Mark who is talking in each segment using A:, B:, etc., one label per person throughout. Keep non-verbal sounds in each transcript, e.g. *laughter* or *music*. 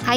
A: Hi,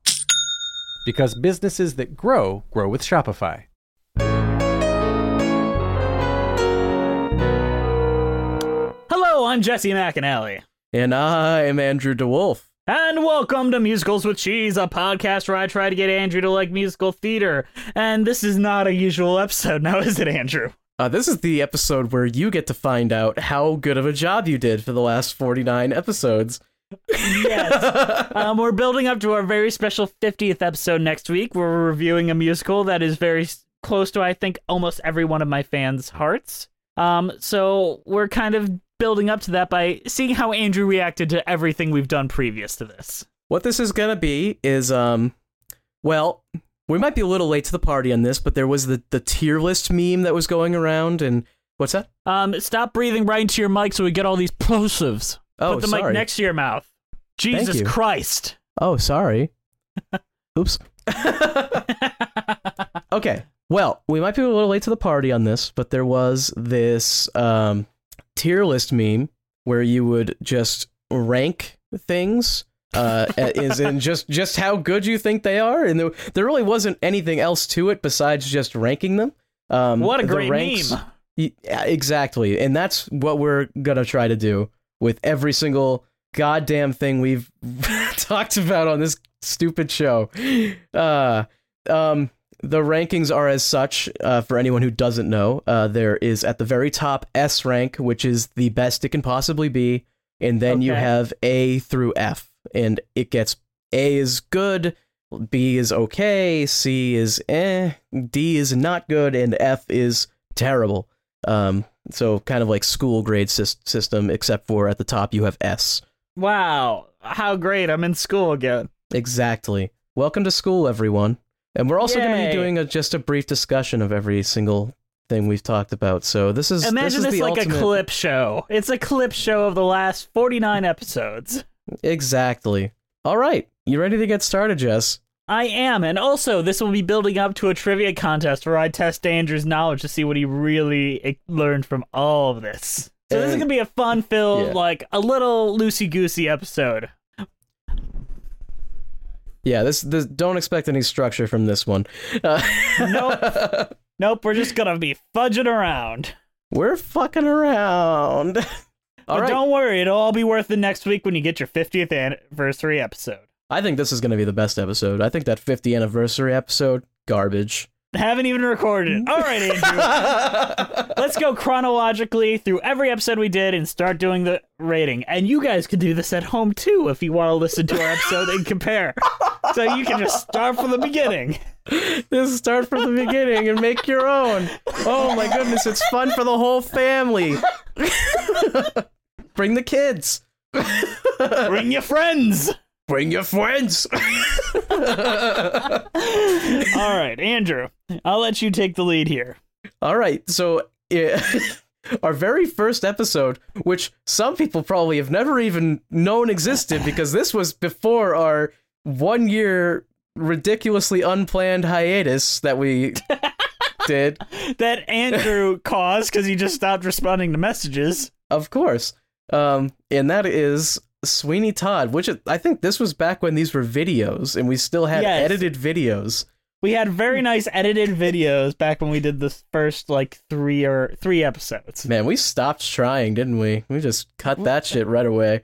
B: Because businesses that grow, grow with Shopify.
C: Hello, I'm Jesse McAnally.
D: And I am Andrew DeWolf.
C: And welcome to Musicals with Cheese, a podcast where I try to get Andrew to like musical theater. And this is not a usual episode *laughs* now, is it, Andrew?
D: Uh, this is the episode where you get to find out how good of a job you did for the last 49 episodes.
C: yes. Um, we're building up to our very special 50th episode next week. Where we're reviewing a musical that is very s- close to, I think, almost every one of my fans' hearts. Um, so we're kind of building up to that by seeing how Andrew reacted to everything we've done previous to this.
D: What this is going to be is, um, well, we might be a little late to the party on this, but there was the, the tier list meme that was going around. And what's that?
C: Um, stop breathing right into your mic so we get all these plosives.
D: Oh,
C: Put the
D: sorry.
C: mic next to your mouth. Jesus
D: you.
C: Christ.
D: Oh, sorry. Oops. okay. Well, we might be a little late to the party on this, but there was this um, tier list meme where you would just rank things. Uh, is
C: *laughs*
D: in just just how good you think they are, and there, there really wasn't anything else to it besides just ranking them. Um,
C: What a
D: the
C: great
D: ranks,
C: meme.
D: Y- yeah, exactly. And that's what we're going to try to do with every single goddamn thing we've *laughs* talked about on this stupid show. Uh, um, the rankings are as such uh, for anyone who doesn't know. Uh, there is at the very top S rank, which is the best it can possibly be. And then you
C: Okay.
D: have A through F. And it gets A is good, B is okay, C is eh, D is not good, and F is terrible. Um, so kind of like school grade sys- system, except for at the top you have S.
C: Wow. How great. I'm in school again.
D: Exactly. Welcome to school, everyone. And we're also going to
C: Yay.
D: be doing a, just a brief discussion of every single thing we've talked about. So this is this
C: Imagine
D: is
C: this,
D: the
C: like
D: ultimate...
C: a clip show. It's a clip show of the last 49 episodes.
D: Exactly. All right, you ready to get started, Jess?
C: I am, and also this will be building up to a trivia contest where I test Andrew's knowledge to see what he really eh, learned from all of this. So this is
D: And-
C: gonna be a fun-filled,
D: Yeah.
C: like a little loosey-goosey episode.
D: Yeah. This this don't expect any structure from this one. *laughs* Uh,
C: Nope. Nope, we're just gonna be fudging around.
D: we're fucking around. *laughs* All
C: but
D: right.
C: don't worry, it'll all be worth it next week when you get your 50th anniversary episode.
D: I think this is going to be the best episode. I think that 50 anniversary episode garbage.
C: Haven't even recorded it. All right, Andrew.
D: *laughs*
C: Let's go chronologically through every episode we did and start doing the rating. And you guys can do this at home too if you want to listen to our episode and compare. So you can just start from the beginning.
D: Just start from the beginning and make your own. Oh my goodness, it's fun for the whole family. *laughs* Bring the kids.
C: Bring your friends.
D: Bring your friends. *laughs*
C: All right, Andrew, I'll let you take the lead here.
D: All right, so yeah, *laughs* our very first episode, which some people probably have never even known existed, because this was before our one year ridiculously unplanned hiatus that we did.
C: That Andrew caused because he just stopped responding to messages.
D: Of course. Um, and that is Sweeney Todd, which I think this was back when these were videos and we still had
C: Yes.
D: edited videos.
C: We had very nice edited videos back when we did this first like three or three
D: *laughs*
C: episodes.
D: Man, we stopped trying, didn't we? We just cut that shit
C: *laughs*
D: right away.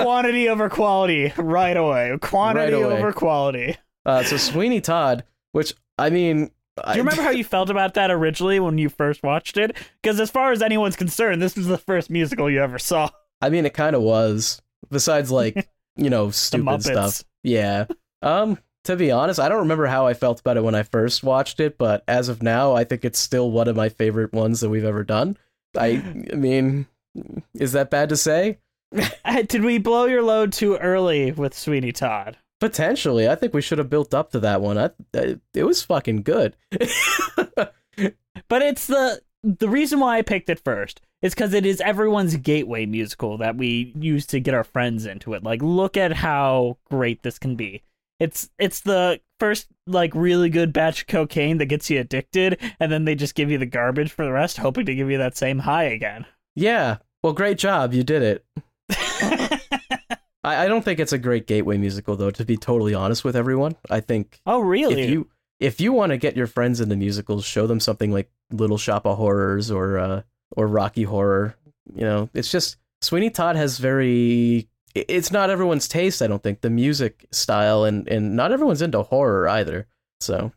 C: quantity over quality right away. Quantity
D: Right away.
C: over quality.
D: *laughs* Uh, so Sweeney Todd, which I mean,
C: Do you remember how you felt about that originally when you first watched it? Because as far as anyone's concerned, this was the first musical you ever saw. *laughs*
D: I mean, it kind of was. Besides, like you know, stupid
C: Muppets.
D: stuff. Yeah. Um. To be honest, I don't remember how I felt about it when I first watched it, but as of now, I think it's still one of my favorite ones that we've ever done. I, I mean, is that bad to say?
C: Uh, Did we blow your load too early with Sweeney Todd?
D: Potentially, I think we should have built up to that one. I, I, it was fucking good.
C: But it's the the reason why I picked it first is because it is everyone's gateway musical that we use to get our friends into it. Like, look at how great this can be. It's it's the first like really good batch of cocaine that gets you addicted, and then they just give you the garbage for the rest, hoping to give you that same high again.
D: yeah. Well, great job. You did it. I, I don't think it's a great gateway musical, though. To be totally honest with everyone, I think
C: oh, really?
D: if you if you want to get your friends into musicals, show them something like Little Shop of Horrors or uh, or Rocky Horror. You know, it's just Sweeney Todd has very. i- It's not everyone's taste, I don't think. The music style and and not everyone's into horror either. So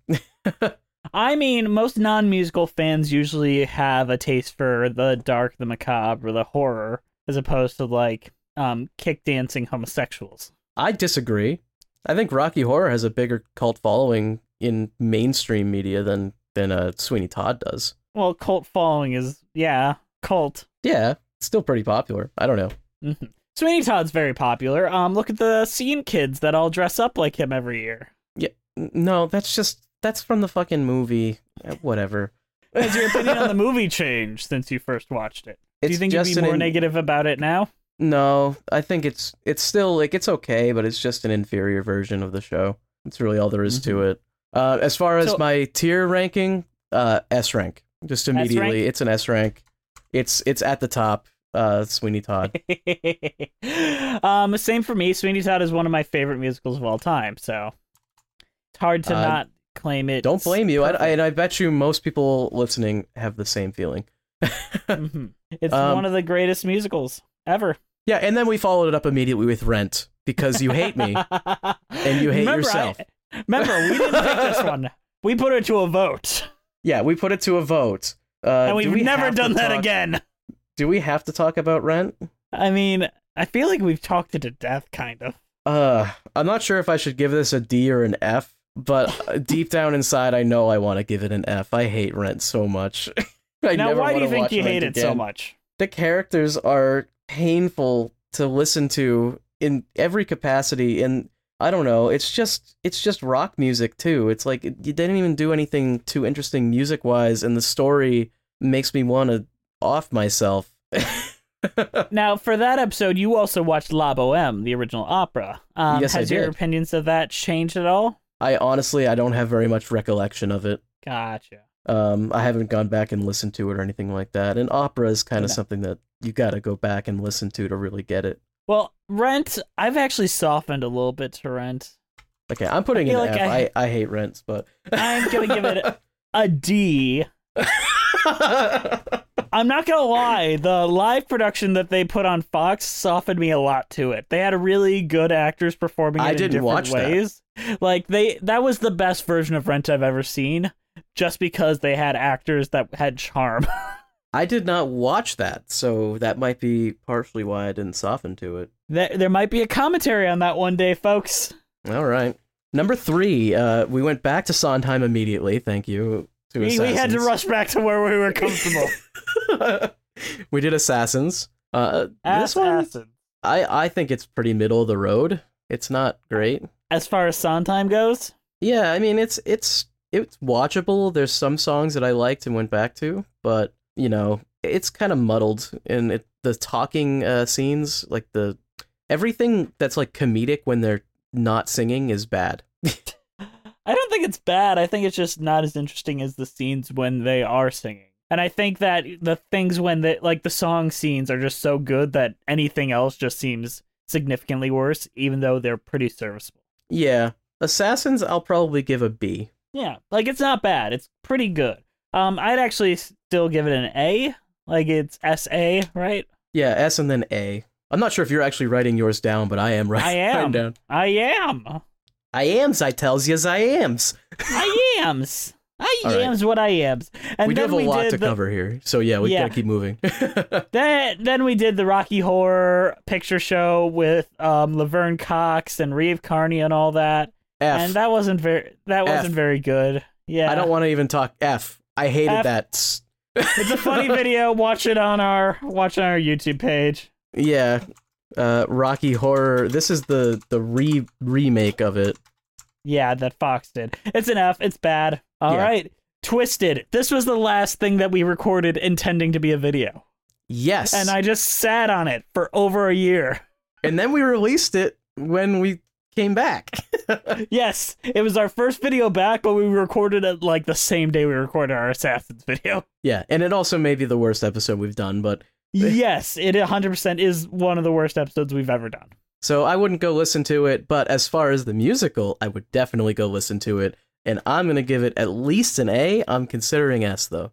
C: I mean, most non-musical fans usually have a taste for the dark, the macabre, or the horror, as opposed to like um, kick dancing homosexuals.
D: I disagree. I think Rocky Horror has a bigger cult following in mainstream media than than uh, Sweeney Todd does.
C: Well, cult following is yeah, cult.
D: Yeah, it's still pretty popular. I don't know.
C: Mhm. Sweeney Todd's very popular. Um, look at the scene kids that all dress up like him every
D: *laughs*
C: year.
D: N- No, that's just that's from the fucking movie. Eh, Whatever.
C: Has your opinion
D: *laughs*
C: on the movie changed since you first watched it? Do you
D: It's
C: think you'd be
D: just an
C: more
D: in-
C: negative about it now? *laughs*
D: No, I think it's it's still like it's okay, but it's just an inferior version of the show. That's really all there is to it. Uh, as far as
C: Mm-hmm. So-
D: my tier ranking, uh, S rank. Just
C: rank?
D: immediately, it's an S rank. It's it's at the top. Uh, Sweeney
C: *laughs*
D: Todd.
C: um, same for me. Sweeney Todd is one of my favorite musicals of all time, so it's hard to
D: Uh,
C: not claim it.
D: Don't blame you. I,
C: *laughs*
D: I, and I bet you most people listening have the same feeling.
C: Mhm. It's
D: Um,
C: one of the greatest musicals ever.
D: Yeah, and then we followed it up immediately with Rent because you hate
C: *laughs*
D: me.
C: and
D: you hate yourself.
C: remember, we didn't pick this
D: *laughs*
C: one. We put it to a vote,
D: yeah, we put it to a vote. Uh,
C: and
D: do
C: we've
D: we
C: never
D: have to
C: done that
D: talk-
C: again.
D: Do we have to talk about Rent?
C: I mean, I feel like we've talked it to death, kind of.
D: Uh, I'm not sure if I should give this a D or an F,
C: *laughs*
D: but deep down inside, I know I want to give it an F. I hate Rent so much. *laughs* I
C: now,
D: never
C: why do
D: wanna
C: you think
D: watch
C: you hate
D: Rent
C: it so
D: again.
C: much?
D: The characters are painful to listen to in every capacity, and I don't know. It's just it's just rock music too. It's like it- they didn't even do anything too interesting music wise, and the story makes me want to off myself. *laughs*
C: Now, for that episode, you also watched La Boheme, the original opera. Um,
D: Yes, I
C: has your
D: did.
C: opinions of that changed at all?
D: I honestly I don't have very much recollection of it.
C: Gotcha.
D: Um, I haven't gone back and listened to it or anything like that. And opera is kind of
C: No.
D: something that you got to go back and listen to to really get it.
C: Well, Rent, I've actually softened a little bit to Rent.
D: Okay, I'm putting
C: I
D: in
C: feel
D: an
C: like
D: F.
C: I-
D: I, I hate rents, but
C: I'm gonna give
D: *laughs*
C: it a D. I'm not gonna lie, the live production that they put on Fox softened me a lot to it. They had really good actors performing it
D: I
C: in
D: didn't
C: different
D: watch that.
C: ways. Like they that was the best version of Rent I've ever seen, just because they had actors that had charm. *laughs*
D: I did not watch that, so that might be partially why I didn't soften to it.
C: there, there might be a commentary on that one day, folks.
D: All right, number three. Uh, we went back to Sondheim immediately. Thank you. To
C: We, we had to
D: Assassins.
C: rush back to where we were comfortable.
D: *laughs* we did assassins. Uh,
C: Ass-
D: this one,
C: assin.
D: I I think it's pretty middle of the road. It's not great.
C: As far as Sondheim goes,
D: Yeah, I mean it's it's it's watchable. There's some songs that I liked and went back to, but you know it's kind of muddled. And it, the talking uh, scenes, like the everything that's like comedic when they're not singing, is bad.
C: I don't think it's bad. I think it's just not as interesting as the scenes when they are singing. And I think that the things when the like the song scenes are just so good that anything else just seems significantly worse, even though they're pretty serviceable.
D: Yeah. Assassins, I'll probably give a B.
C: Yeah, like it's not bad. It's pretty good. Um, I'd actually still give it an A. Like it's S A, right?
D: Yeah, S and then A. I'm not sure if you're actually writing yours down, but I am writing
C: I
D: mine
C: am.
D: down.
C: I am.
D: I ams, I tells yous I ams. *laughs*
C: I yams. I
D: All right.
C: yams what I yams. And
D: we do
C: then
D: have a
C: we
D: lot
C: did
D: to
C: the,
D: cover here. So yeah, we
C: Yeah.
D: gotta keep moving. *laughs*
C: Then, then we did the Rocky Horror Picture Show with um, Laverne Cox and Reeve Carney and all that,
D: F.
C: and that wasn't very that
D: F.
C: wasn't very good. Yeah,
D: I don't want to even talk F. I hated
C: F.
D: that. S-
C: it's a
D: *laughs*
C: funny video. Watch it on our watch it on our YouTube page.
D: Yeah. Uh, Rocky Horror. This is the the re remake of it.
C: Yeah, that Fox did. It's an F. It's bad. All right,
D: Yeah.
C: Twisted. This was the last thing that we recorded intending to be a video,
D: Yes.
C: and I just sat on it for over a year.
D: and then we released it when we
C: *laughs*
D: came back.
C: Yes, it was our first video back, but we recorded it like the same day we recorded our Assassins video.
D: yeah, and it also may be the worst episode we've done, but
C: *laughs* yes, it 100% is one of the worst episodes we've ever done.
D: so I wouldn't go listen to it, but as far as the musical, I would definitely go listen to it. And I'm going to give it at least an A. I'm considering S though.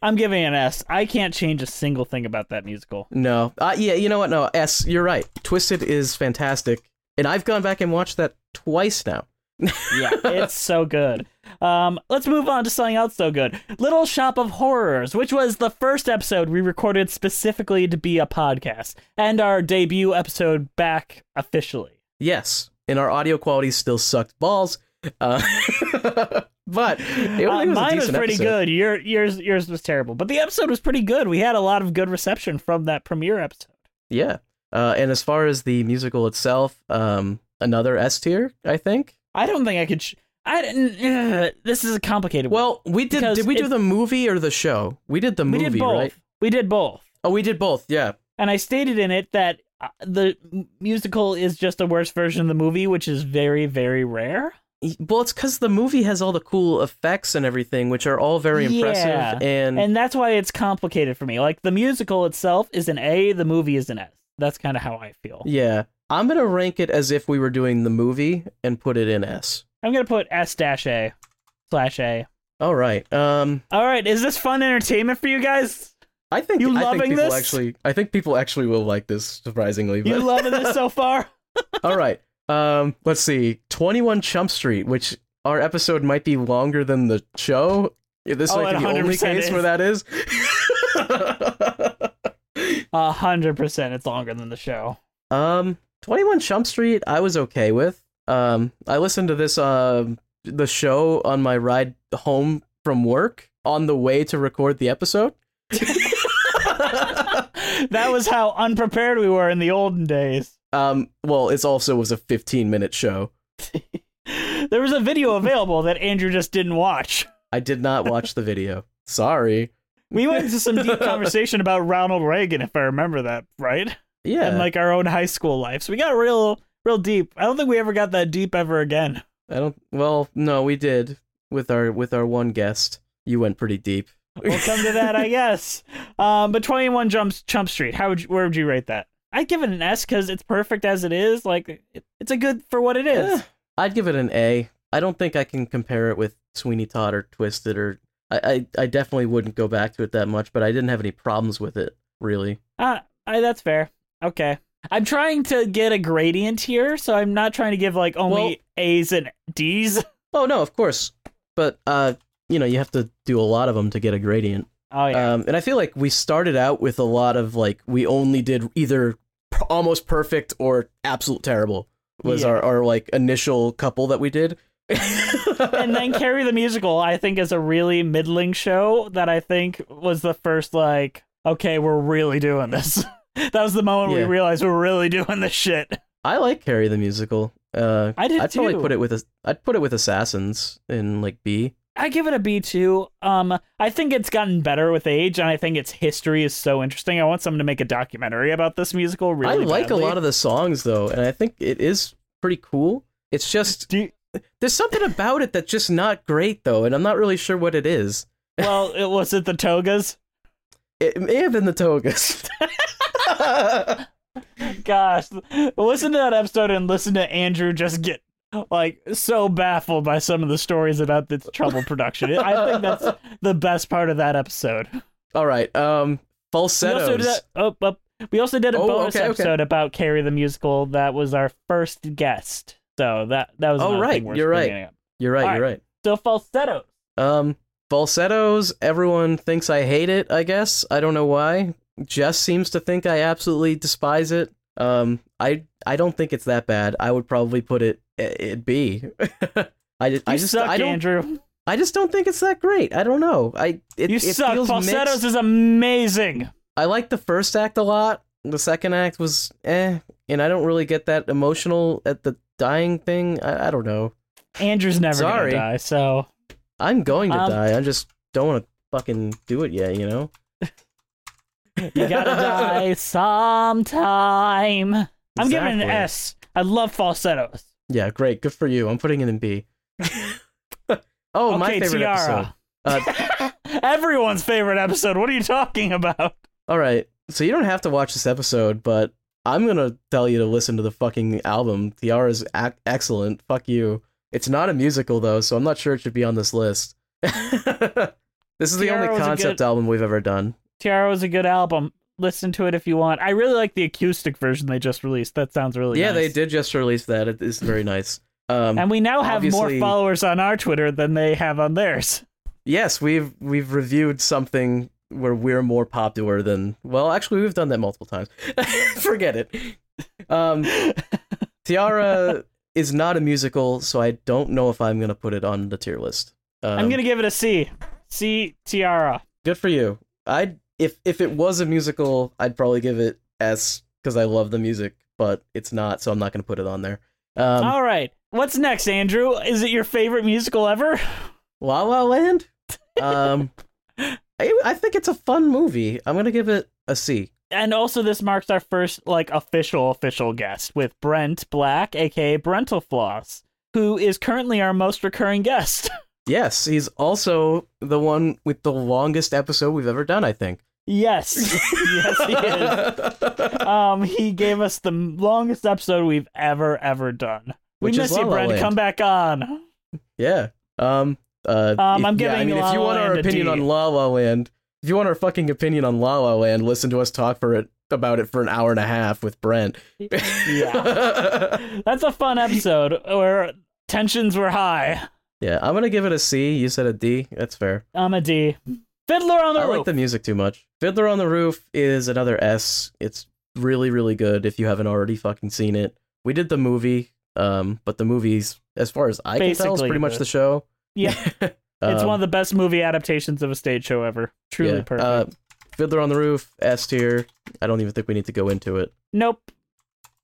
C: I'm giving it an S. I can't change a single thing about that musical.
D: No. Uh, yeah, you know what? No, S, you're right. Twisted is fantastic. And I've gone back and watched that twice now.
C: *laughs* Yeah, it's so good. Um, let's move on to something else so good. Little Shop of Horrors, which was the first episode we recorded specifically to be a podcast and our debut episode back officially.
D: Yes, and our audio quality still sucked balls. Uh, *laughs* but
C: Uh,
D: it, it was a
C: mine was
D: decent
C: pretty
D: episode.
C: good. Your, yours, yours was terrible, but the episode was pretty good. We had a lot of good reception from that premiere episode.
D: Yeah. Uh, and as far as the musical itself, um, another S tier, I think.
C: I don't think I could. Sh- I didn't. ugh, this is a complicated. one.
D: Well, we did.
C: Because
D: did we do
C: it-
D: the movie or the show? We did the
C: we
D: movie,
C: did both.
D: right?
C: We did both,
D: Oh, we did both. Yeah.
C: and I stated in it that uh, the m- musical is just a worse version of the movie, which is very, very rare.
D: Y- E, Well, it's because the movie has all the cool effects and everything, which are all very
C: Yeah.
D: impressive. And,
C: And that's why it's complicated for me. Like the musical itself is an A, the movie is an S. That's kind of how I feel.
D: yeah, I'm gonna rank it as if we were doing the movie and put it in S.
C: I'm gonna put S dash A slash A.
D: All right. Um,
C: All right, is this fun entertainment for you guys?
D: I think
C: You
D: I think
C: loving
D: people
C: this?
D: Actually, I think people actually will like this surprisingly.
C: You
D: but- *laughs*
C: loving this so far?
D: All right. Um, let's see. Twenty One Chump Street, which our episode might be longer than the show. Yeah, This
C: Oh,
D: might
C: it
D: be the only
C: 100%
D: case
C: is.
D: where that is.
C: A hundred percent. It's longer than the show.
D: *laughs* um, Twenty One Chump Street, I was okay with. Um, I listened to this um the show on my ride home from work on the way to record the episode.
C: that was how unprepared we were in the olden days.
D: Um, well, it's also was a fifteen minute show.
C: There was a video available that Andrew just didn't watch.
D: I did not watch the video. Sorry.
C: We went into some
D: *laughs*
C: deep conversation about Ronald Reagan, if I remember that right,
D: Yeah.
C: and like our own high school lives. We got real, real deep. I don't think we ever got that deep ever again.
D: I don't. Well, no, we did with our with our one guest. You went pretty deep.
C: We'll come to that,
D: *laughs*
C: I guess. Um, but Twenty One Jumps Chump Street. How would you, where would you rate that? I'd give it an S because it's perfect as it is. Like it, it's a good for what it
D: Eh,
C: is.
D: I'd give it an A. I don't think I can compare it with Sweeney Todd or Twisted or. I, I I definitely wouldn't go back to it that much, but I didn't have any problems with it really.
C: Ah, I, that's fair. Okay. I'm trying to get a gradient here, so I'm not trying to give like only
D: Well-
C: A's and D's.
D: Oh no, of course, but uh, you know, you have to do a lot of them to get a gradient.
C: Oh yeah.
D: Um, and I feel like we started out with a lot of like we only did either p- almost perfect or absolute terrible was
C: Yeah.
D: our, our like initial couple that we did.
C: and then Carrie the Musical, I think, is a really middling show that I think was the first like, okay, we're really doing this. *laughs* that was the moment
D: Yeah.
C: we realized we're really doing this shit.
D: *laughs* I like Carrie the musical. Uh,
C: I did
D: I'd probably
C: too.
D: put it with a, I'd put it with Assassins in like B.
C: I give it a B two. Um, I think it's gotten better with age, and I think its history is so interesting. I want someone to make a documentary about this musical. Really,
D: I like
C: badly.
D: a lot of the songs though, and I think it is pretty cool. It's just
C: Do you-
D: there's something about it that's just not great though, and I'm not really sure what it is.
C: Well, it was it the togas.
D: It may have been the
C: *laughs*
D: togas. *laughs*
C: Gosh, listen to that episode and listen to Andrew just get like so baffled by some of the stories about this trouble production. I think that's
D: *laughs*
C: the best part of that episode.
D: All right. Um,
C: We
D: falsettos.
C: also did a, oh, oh, we also did a
D: Oh,
C: bonus
D: okay, okay.
C: episode about Carrie the musical. That was our first guest, so that that was.
D: Oh,
C: another
D: right,
C: thing worth
D: you're right.
C: bringing up.
D: You're right.
C: All
D: You're right.
C: So falsettos.
D: Um, falsettos. Everyone thinks I hate it. I guess I don't know why. Jess seems to think I absolutely despise it. Um, I I don't think it's that bad. I would probably put it it B. *laughs* I just, I
C: You
D: just
C: suck,
D: I don't
C: Andrew.
D: I just don't think it's that great. I don't know. I it,
C: you
D: it
C: suck.
D: feels
C: Falsettos
D: mixed.
C: is amazing.
D: I like the first act a lot. The second act was eh, and I don't really get that emotional at the dying thing. I, I don't know.
C: Andrew's never
D: Sorry.
C: gonna die, so
D: I'm going to
C: Um,
D: die. I just don't want to fucking do it yet. You know.
C: *laughs* you
D: *laughs*
C: gotta die sometime. I'm giving it an
D: Exactly.
C: S. I love falsettos.
D: Yeah, great. Good for you. I'm putting it
C: *laughs*
D: in B. oh, my
C: Okay,
D: favorite episode.
C: Tiara.
D: Uh,
C: Everyone's favorite episode. What are you talking about?
D: all right. So you don't have to watch this episode, but I'm going to tell you to listen to the fucking album. Tiara's ac- excellent. Fuck you. It's not a musical, though, so I'm not sure it should be on this list. *laughs* this is the
C: Tiara was
D: only
C: a
D: concept
C: good-
D: album we've ever done.
C: Tiara was a good album. Listen to it if you want. I really like the acoustic version they just released. That sounds really
D: yeah,
C: nice.
D: they did just release that. It is very nice. Um,
C: And we now have
D: Obviously-
C: more followers on our Twitter than they have on theirs.
D: Yes, we've we've reviewed something where we're more popular than well, actually we've done that multiple times. *laughs* Forget it.
C: *laughs*
D: Um Tiara is not a musical, so I don't know if I'm gonna put it on the tier list. Um,
C: I'm gonna give it a C. C Tiara.
D: good for you. I'd if if it was a musical, I'd probably give it S because I love the music, but it's not, so I'm not gonna put it on there. Um,
C: All right. What's next, Andrew? Is it your favorite musical ever?
D: La La
C: *laughs*
D: Land. Um, I, I think it's a fun movie. I'm gonna give it a C.
C: and also this marks our first like official official guest with Brent Black, aka Brentalfloss, who is currently our most recurring guest. *laughs*
D: Yes, he's also the one with the longest episode we've ever done, I think.
C: yes, yes, he is.
D: *laughs*
C: Um, he gave us the longest episode we've ever ever done. We
D: Which is
C: miss
D: La
C: you,
D: La
C: Brent.
D: Land.
C: Come back on.
D: yeah. Um, uh,
C: Um,
D: if-
C: I'm
D: yeah, I
C: giving
D: mean,
C: La
D: if you
C: La
D: want our
C: Land a
D: opinion
C: D.
D: on La La Land, if you want our fucking opinion on La La Land, listen to us talk for it about it for an hour and a half with Brent. *laughs*
C: Yeah, that's a fun episode where tensions were high.
D: yeah, I'm gonna give it a C. You said a D. That's fair.
C: I'm a D. Fiddler on the
D: I
C: Roof.
D: like the music too much. Fiddler on the Roof is another S. It's really, really good if you haven't already fucking seen it. We did the movie, um, but the movies, as far as I can tell, is
C: Basically
D: pretty much
C: the-
D: the show. *laughs* Um,
C: Yeah. it's one of the best movie adaptations of a stage show ever. Truly perfect.
D: uh, Fiddler on the Roof, S tier. I don't even think we need to go into it. *laughs*
C: Nope.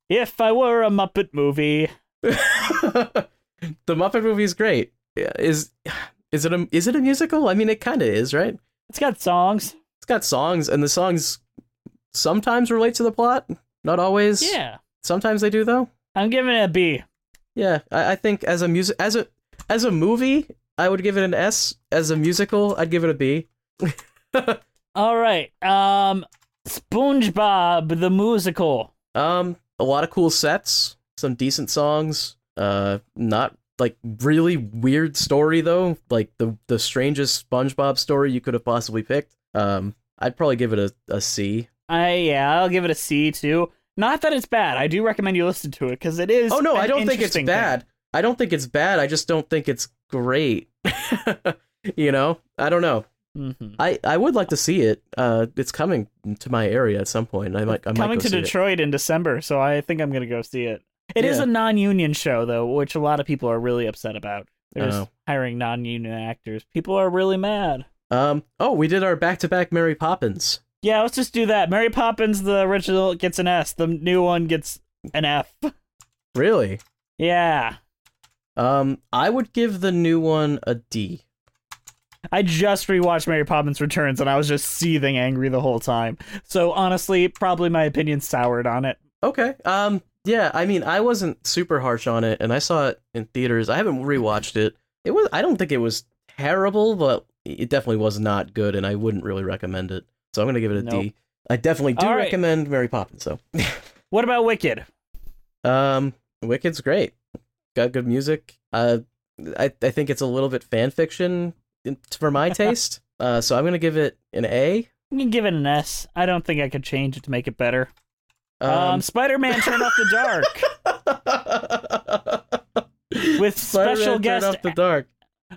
C: If I were a Muppet movie,
D: the Muppet movie is great. Yeah, Is is it a is it a musical? I mean, it kind of is, right?
C: it's got songs.
D: It's got songs, and the songs sometimes relate to the plot. Not always.
C: Yeah.
D: Sometimes they do though.
C: I'm giving it a B.
D: Yeah, I, I think as a music as a as a movie, I would give it an S. As a musical, I'd give it a B.
C: All right. Um, SpongeBob the musical.
D: Um, a lot of cool sets, some decent songs. Uh, not like really weird story though. Like the the strangest SpongeBob story you could have possibly picked. Um, I'd probably give it a, a C.
C: I yeah, I'll give it a C too. Not that it's bad. I do recommend you listen to it because it is.
D: Oh no,
C: an
D: I don't think it's
C: interesting
D: bad. I don't think it's bad. I just don't think it's great. *laughs* you know, I don't know.
C: thing. Mhm.
D: I, I would like to see it. Uh, it's coming to my area at some point. I might I might
C: Coming
D: go
C: to
D: see it.
C: Detroit in December, so I think I'm gonna go see it. It is
D: Yeah.
C: a non-union show though, which a lot of people are really upset about. There's
D: Oh.
C: hiring non-union actors. People are really mad.
D: Um. Oh, we did our back to back Mary Poppins.
C: Yeah, let's just do that. Mary Poppins, the original, gets an S. The new one gets an F.
D: Really?
C: Yeah.
D: Um. I would give the new one a D.
C: I just rewatched Mary Poppins Returns and I was just seething angry the whole time. So honestly, probably my opinion soured on it.
D: Okay. Um. Yeah. I mean, I wasn't super harsh on it, and I saw it in theaters. I haven't rewatched it. It was. I don't think it was terrible, but it definitely was not good, and I wouldn't really recommend it. So I'm gonna give it a D. I
C: Nope.
D: definitely do
C: All right.
D: recommend Mary Poppins, though.
C: What about Wicked?
D: Um, Wicked's great. Got good music. Uh, I I think it's a little bit fan fiction in-
C: *laughs*
D: for my taste. Uh, so I'm gonna give it an A.
C: I'm gonna give it an S. I don't think I could change it to make it better. Um,
D: *laughs* Um,
C: Spider-Man: Turn Off the
D: *laughs*
C: Dark with special
D: Spider-Man Turn
C: guest
D: off the dark.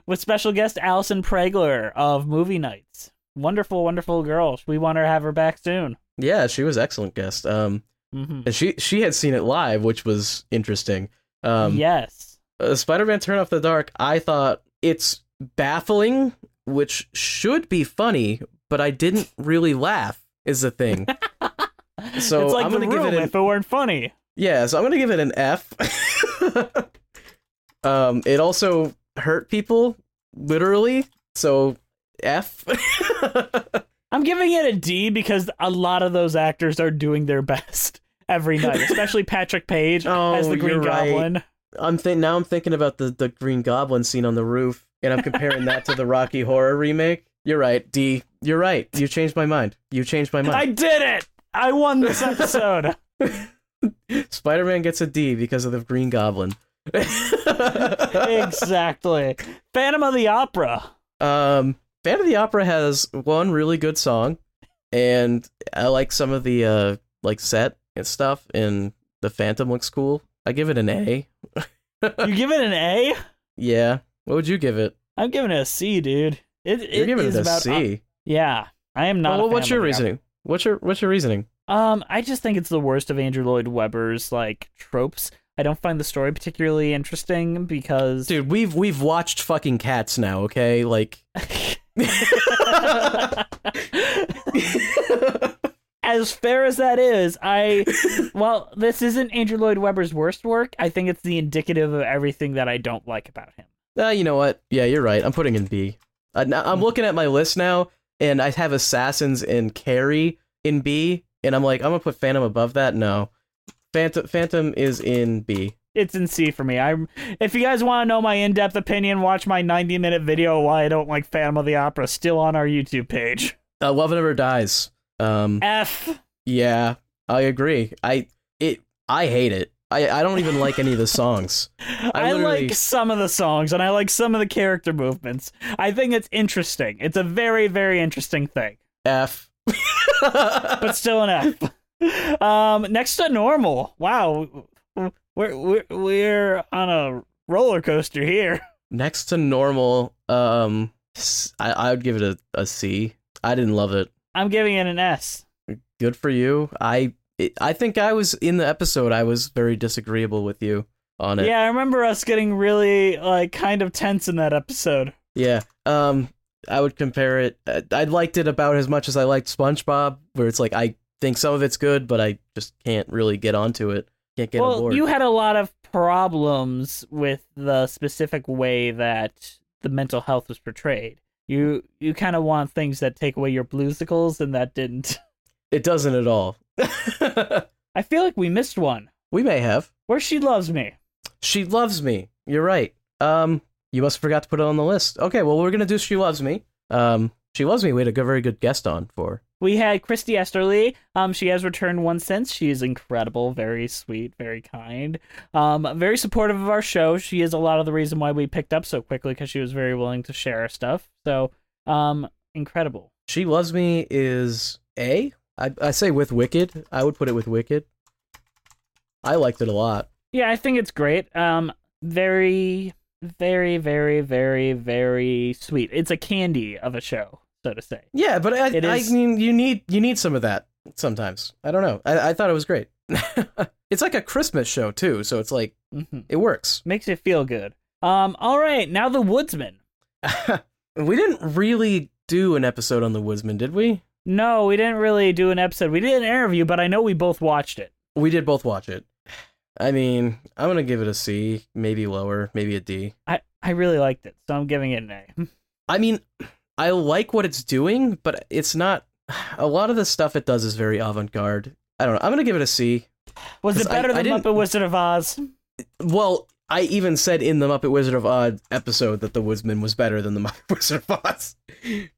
C: with special guest Allison Pregler of Movie Nights. Wonderful, wonderful girl. We want her to have her back soon.
D: Yeah, she was excellent guest. Um,
C: hmm
D: and she she had seen it live, which was interesting. Um,
C: yes.
D: uh, Spider-Man: Turn Off the Dark. I thought it's baffling, which should be funny, but I didn't really laugh. Is the
C: *laughs*
D: thing. so
C: it's like
D: I'm
C: the
D: gonna give
C: room
D: it an
C: if it weren't funny.
D: Yeah, so I'm gonna give it an F. *laughs* um, it also hurt people, literally. So F. *laughs*
C: I'm giving it a D because a lot of those actors are doing their *laughs* best every night, especially Patrick Page
D: *laughs* Oh,
C: as the Green
D: you're right.
C: Goblin.
D: I'm think now I'm thinking about the the Green Goblin scene on the roof, and I'm comparing that to the Rocky Horror remake. You're right, D. You're right. You changed my mind. You changed my
C: I
D: mind.
C: did it! I won
D: *laughs*
C: this episode.
D: Spider-Man gets a D because of the Green Goblin. *laughs*
C: exactly. Phantom of the Opera.
D: Um, Band of the Opera has one really good song, and I like some of the uh like set and stuff. And the Phantom looks cool. I give it an A. *laughs*
C: You give it an A?
D: Yeah. What would you give it?
C: I'm giving it a C, dude. It,
D: You're
C: it
D: giving
C: is
D: it a
C: about
D: C.
C: Yeah, I am not.
D: Well,
C: a
D: what's
C: fan
D: your
C: of the
D: reasoning? What's your what's your reasoning?
C: opera. Um, I just think it's the worst of Andrew Lloyd Webber's like tropes. I don't find the story particularly interesting because
D: Dude, we've we've watched fucking cats now.
C: *laughs*
D: Okay, like. *laughs*
C: as fair as that is, I well, this isn't Andrew Lloyd Webber's worst work. I think it's the indicative of everything that I don't like about him.
D: Uh, you know what? Yeah, you're right. I'm putting in B. Uh, now, I'm looking at my list now, and I have Assassins and Carrie in B, and I'm like, I'm gonna put Phantom above that. No, Phantom Phantom is in B.
C: It's in C for me. I'm. If you guys want to know my in-depth opinion, watch my 90-minute video why I don't like Phantom of the Opera, still on our YouTube page.
D: Uh, Love Never Dies. Um,
C: Uh, F.
D: yeah, I agree. I it I hate it. I I don't even like any of the songs.
C: I,
D: literally-
C: like some of the songs and I like some of the character movements. I think it's interesting. It's a very, very interesting thing,
D: F. *laughs*
C: but still an F. um, next to normal. Wow, we're we're we're on a roller coaster here.
D: Next to normal. Um, s- I I would give it a a C. I didn't love it.
C: I'm giving it an S.
D: good for you. I it, I think I was in the episode. I was very disagreeable with you on it.
C: Yeah, I remember us getting really like kind of tense in that episode.
D: Yeah. Um, I would compare it. uh, I liked it about as much as I liked SpongeBob, where it's like I think some of it's good, but I just can't really get onto it. Can't get
C: well,
D: on board.
C: you had a lot of problems with the specific way that the mental health was portrayed. You you kind of want things that take away your bluesicles, and that didn't. *laughs*
D: it doesn't at all. *laughs*
C: I feel like we missed one.
D: we may have.
C: Where she loves me.
D: She loves me. You're right. Um, you must have forgot to put it on the list. Okay. Well, we're gonna do. She loves me. Um, she loves me. We had a good- very good guest on for.
C: We had Christy Esterly. Um, she has returned once since. She is incredible, very sweet, very kind, um, very supportive of our show. She is a lot of the reason why we picked up so quickly because she was very willing to share our stuff. So, um, incredible.
D: She Loves Me is A. I, I say with Wicked. I would put it with Wicked. I liked it a lot.
C: Yeah, I think it's great. Um, very, very, very, very, very sweet. It's a candy of a show, so to say.
D: Yeah, but I,
C: It
D: I
C: is-
D: mean, you need you need some of that sometimes. I don't know. I, I thought it was *laughs* great. it's like a Christmas show too, so it's like
C: hmm
D: it works.
C: Makes you feel good. Um, all right, now the Woodsman.
D: we didn't really do an episode on The Woodsman, did we?
C: No, we didn't really do an episode. We did an interview, but I know we both watched it.
D: We did both watch it. I mean, I'm gonna give it a C, maybe lower, maybe a D.
C: I I really liked it, so I'm giving it an A. *laughs*
D: I mean, I like what it's doing, but it's not. A lot of the stuff it does is very avant garde. I don't know. I'm gonna give it a C.
C: Was
D: 'Cause
C: it
D: I-
C: better
D: I
C: than
D: didn't-
C: Muppet Wizard of Oz? *laughs*
D: Well, I even said in the Muppet Wizard of Oz episode that The Woodsman was better than the *laughs* Muppet Wizard of Oz.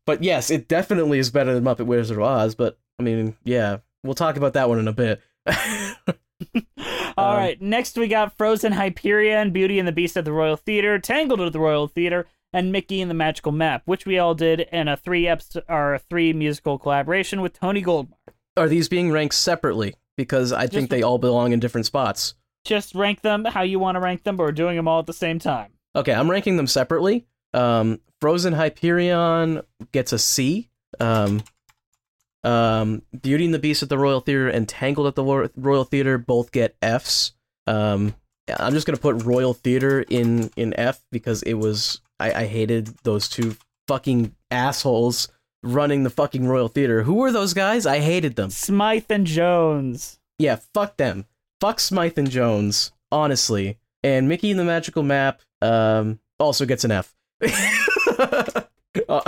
D: But yes, it definitely is better than Muppet Wizard of Oz. But I mean, yeah, we'll talk about that one in a bit. *laughs*
C: All
D: Um,
C: right, next we got Frozen Hyperion, Beauty and the Beast at the Royal Theater, Tangled at the Royal Theater, and Mickey and the Magical Map, which we all did in a three eps or a three musical collaboration with Tony Goldmark.
D: Are these being ranked separately? Because I think
C: Just-
D: they all belong in different spots.
C: Just rank them how you want to rank them, but we're doing them all at the same time.
D: Okay, I'm ranking them separately. Um, Frozen Hyperion gets a C. Um, um, Beauty and the Beast at the Royal Theater and Tangled at the Ro- Royal Theater both get Fs. Um, I'm just gonna put Royal Theater in in F because it was I, I hated those two fucking assholes running the fucking Royal Theater. Who were those guys? I hated them.
C: Smythe and Jones.
D: Yeah, fuck them. Fuck Smythe and Jones, honestly. And Mickey and the Magical Map um, also gets an F. *laughs* Uh,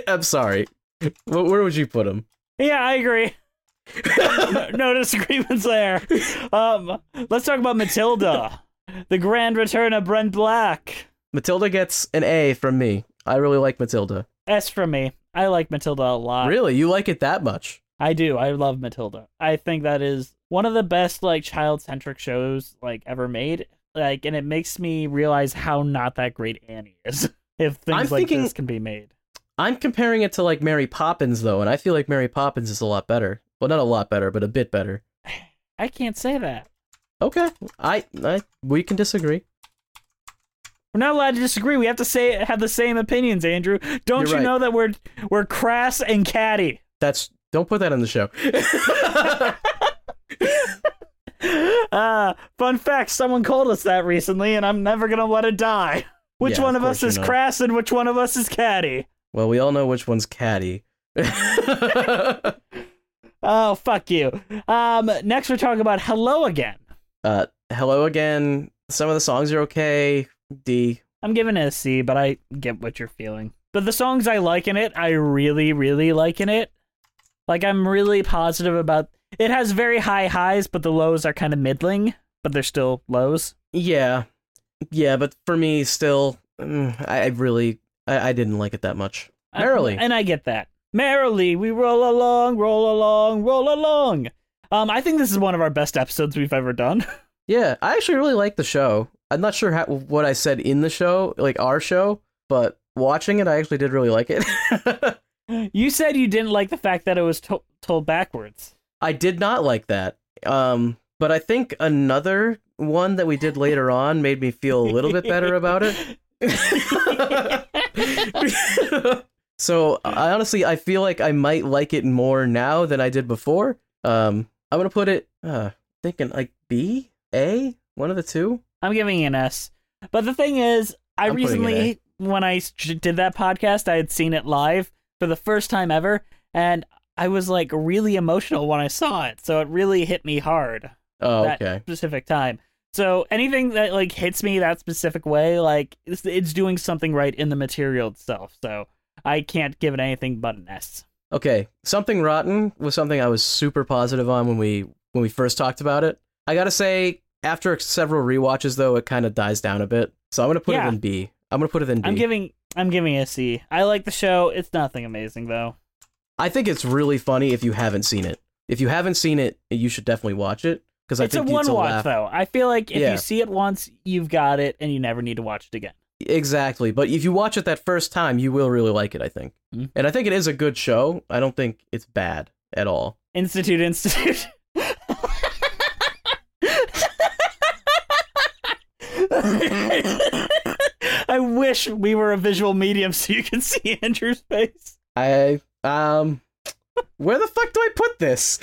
D: *laughs* I'm sorry. Wh- Where would you put him?
C: Yeah, I agree. no,
D: *laughs*
C: no disagreements there. Um, let's talk about Matilda, the grand return of Brent Black.
D: Matilda gets an A from me. I really like Matilda.
C: S from me. I like Matilda a lot.
D: really, you like it that much?
C: I do. I love Matilda. I think that is one of the best like child-centric shows like ever made. Like, and it makes me realize how not that great Annie is. *laughs* If things
D: I'm
C: like
D: thinking-
C: this can be made,
D: I'm comparing it to like Mary Poppins though, and I feel like Mary Poppins is a lot better. Well, not a lot better, but a bit better.
C: I can't say that.
D: Okay, I, I we can disagree.
C: We're not allowed to disagree. We have to say have the same opinions, Andrew. Don't
D: You're
C: you
D: right.
C: know that we're we're crass and catty? *laughs*
D: That's don't put that on the show. *laughs*
C: Uh, fun fact: someone called us that recently, and I'm never gonna let it die. Which
D: Yeah,
C: one
D: of
C: of us
D: course
C: is
D: you're not.
C: crass and which one of us is catty?
D: Well, we all know which one's Caddy. uh,
C: Oh, fuck you. Um, next we're talking about Hello Again.
D: hello again. Some of the songs are okay. D.
C: I'm giving it a C, but I get what you're feeling. But the songs I like in it, I really, really like in it. Like I'm really positive about it has very high highs, but the lows are kind of middling, but they're still lows.
D: Yeah, yeah, but for me, still, mm, I, I really, I, I didn't like it that much. Merrily,
C: I- and I get that. Merrily, we roll along, roll along, roll along. Um, I think this is one of our best episodes we've ever done. *laughs*
D: yeah, I actually really like the show. I'm not sure how, what I said in the show, like our show, but watching it, I actually did really like it. *laughs*
C: you said you didn't like the fact that it was to- told backwards.
D: I did not like that. Um, but I think another one that we did later on made me feel a little bit better about it.
C: *laughs*
D: *laughs* so I honestly I feel like I might like it more now than I did before. Um, I'm gonna put it uh, thinking like B, A, one of the two.
C: I'm giving it an S. But the thing is, I
D: I'm putting it
C: recently, when I s- did that podcast, I had seen it live for the first time ever, and I was like really emotional when I saw it. So it really hit me hard
D: Oh,
C: that
D: okay.
C: specific time. So anything that like hits me that specific way, like it's, it's doing something right in the material itself. So I can't give it anything but an S.
D: Okay, something rotten was something I was super positive on when we when we first talked about it. I gotta say, after several rewatches though, it kind of dies down a bit. So I'm gonna put
C: Yeah.
D: it in B. I'm gonna put it in B.
C: I'm giving I'm giving it a C. I like the show. It's nothing amazing though.
D: I think it's really funny if you haven't seen it. If you haven't seen it, you should definitely watch it because I
C: It's a
D: think
C: one
D: it's a
C: watch
D: laugh.
C: though. I feel like if
D: Yeah.
C: you see it once, you've got it, and you never need to watch it again.
D: Exactly, but if you watch it that first time, you will really like it. I think,
C: Mm.
D: and I think it is a good show. I don't think it's bad at all.
C: Institute, Institute. *laughs* I wish we were a visual medium so you can see Andrew's face.
D: I um, where the fuck do I put this?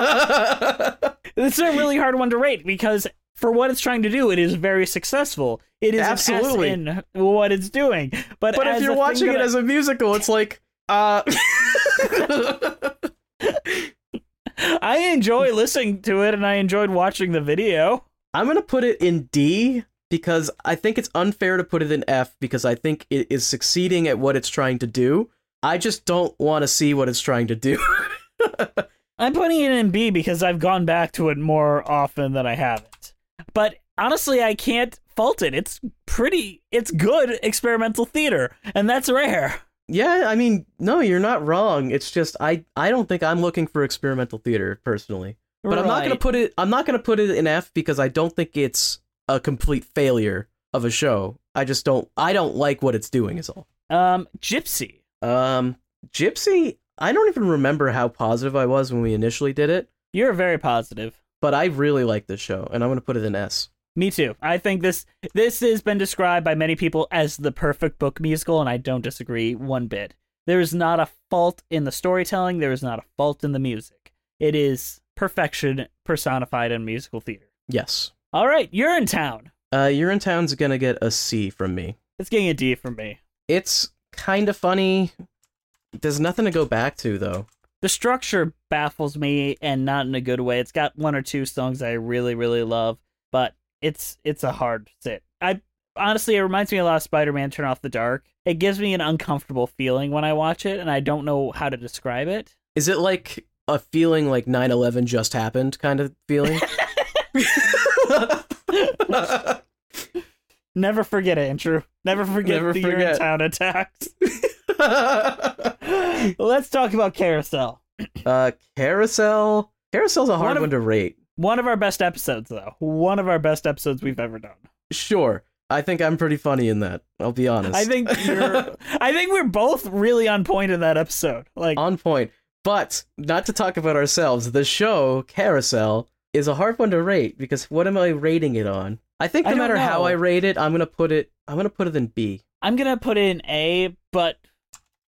D: *laughs*
C: This is a really hard one to rate because for what it's trying to do, it is very successful. It is an S
D: Absolutely.
C: in what it's doing. But,
D: but if
C: as
D: you're
C: a thing
D: watching
C: that
D: it
C: I-
D: as a musical, it's like uh, *laughs*
C: I enjoy listening to it and I enjoyed watching the video.
D: I'm gonna put it in D because I think it's unfair to put it in F because I think it is succeeding at what it's trying to do. I just don't want to see what it's trying to do. *laughs*
C: I'm putting it in B because I've gone back to it more often than I haven't. But honestly, I can't fault it. It's pretty, it's good experimental theater, and that's rare.
D: Yeah, I mean, no, you're not wrong. It's just I I don't think I'm looking for experimental theater personally. But I'm not going to
C: Right.
D: put it I'm not going to put it in F because I don't think it's a complete failure of a show. I just don't I don't like what it's doing is all.
C: Um, Gypsy.
D: Um Gypsy, I don't even remember how positive I was when we initially did it,
C: You're very positive.
D: but I really like this show and I'm going to put it in S.
C: Me too. I think this this has been described by many people as the perfect book musical, and I don't disagree one bit. There is not a fault in the storytelling. There is not a fault in the music. It is perfection personified in musical theater.
D: Yes.
C: All right, you're in town.
D: Uh You're in Town's going to get a C from me.
C: It's getting a D from me.
D: It's kind of funny. There's nothing to go back to though.
C: The structure baffles me, and not in a good way. It's got one or two songs I really, really love, but it's it's a hard sit. I honestly, it reminds me a lot of Spider-Man: Turn Off the Dark. It gives me an uncomfortable feeling when I watch it, and I don't know how to describe it.
D: Is it like a feeling like 9/11 just happened kind of feeling? *laughs*
C: Never forget it, Andrew. Never forget
D: Never
C: the
D: forget.
C: town attacks. *laughs* Let's talk about Carousel.
D: uh Carousel. Carousel's a hard
C: One
D: one,
C: of-
D: to rate.
C: One of our best episodes, though. One of our best episodes we've ever done.
D: Sure. I think I'm pretty funny in that. I'll be honest.
C: I think
D: *laughs*
C: you're. I think we're both really on point in that episode. Like,
D: on point. But not to talk about ourselves, the show Carousel is a hard one to rate because what am I rating it on? I think
C: I
D: no
C: don't
D: matter how
C: know.
D: I rate it, I'm gonna put it. I'm gonna put it in B.
C: I'm gonna put it in A, but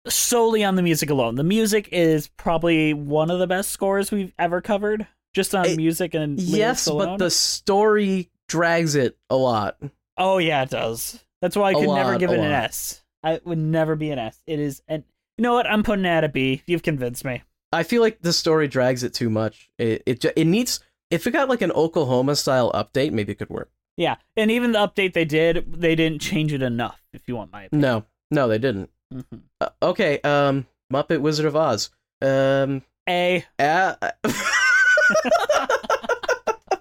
C: solely on the music alone. The music is probably one of the best scores we've ever covered, just on
D: It-
C: music and lyrics
D: Yes,
C: alone.
D: but the story drags it a lot.
C: Oh yeah, it does. That's why I
D: A
C: could never
D: lot,
C: give
D: a
C: it an
D: lot.
C: S. I would never be an S. It is an. You know what? I'm putting it at a B. You've convinced me.
D: I feel like the story drags it too much. It it ju- it needs if it got like an Oklahoma style update, maybe it could work.
C: Yeah, and even the update they did, they didn't change it enough. If you want my opinion.
D: No, no, they didn't.
C: Mhm.
D: Uh, okay, um, Muppet Wizard of Oz. Um,
C: A.
D: uh, *laughs*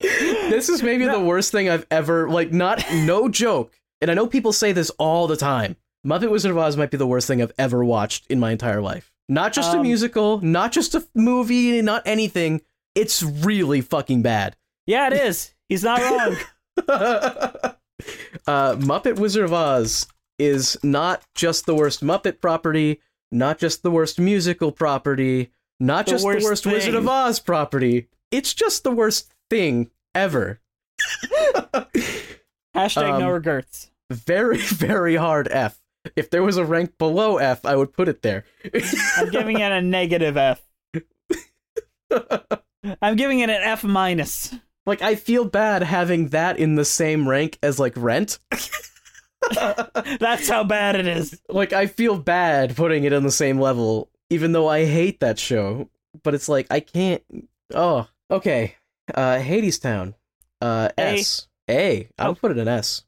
D: this is maybe the worst thing I've ever like. Not no joke, and I know people say this all the time. Muppet Wizard of Oz might be the worst thing I've ever watched in my entire life. Not just a
C: Um,
D: musical, not just a movie, not anything. It's really fucking bad.
C: Yeah, it is. He's not
D: *laughs*
C: wrong.
D: uh, Muppet Wizard of Oz is not just the worst Muppet property, not just the worst musical property, not
C: The
D: just
C: worst
D: the worst Wizard of
C: thing.
D: Oz property. It's just the worst thing ever.
C: Hashtag no
D: Um,
C: regrets.
D: Very, *laughs* very hard F. If there was a rank below F, I would put it there.
C: I'm giving it a negative
D: *laughs*
C: F. I'm giving it an F minus.
D: like, I feel bad having that in the same rank as, like, Rent.
C: That's how bad it is.
D: like I feel bad putting it on the same level, even though I hate that show. But it's like I can't. Oh, okay. Uh, Hades Town. Uh,
C: A.
D: S. A. I'll
C: Oh.
D: put it in S.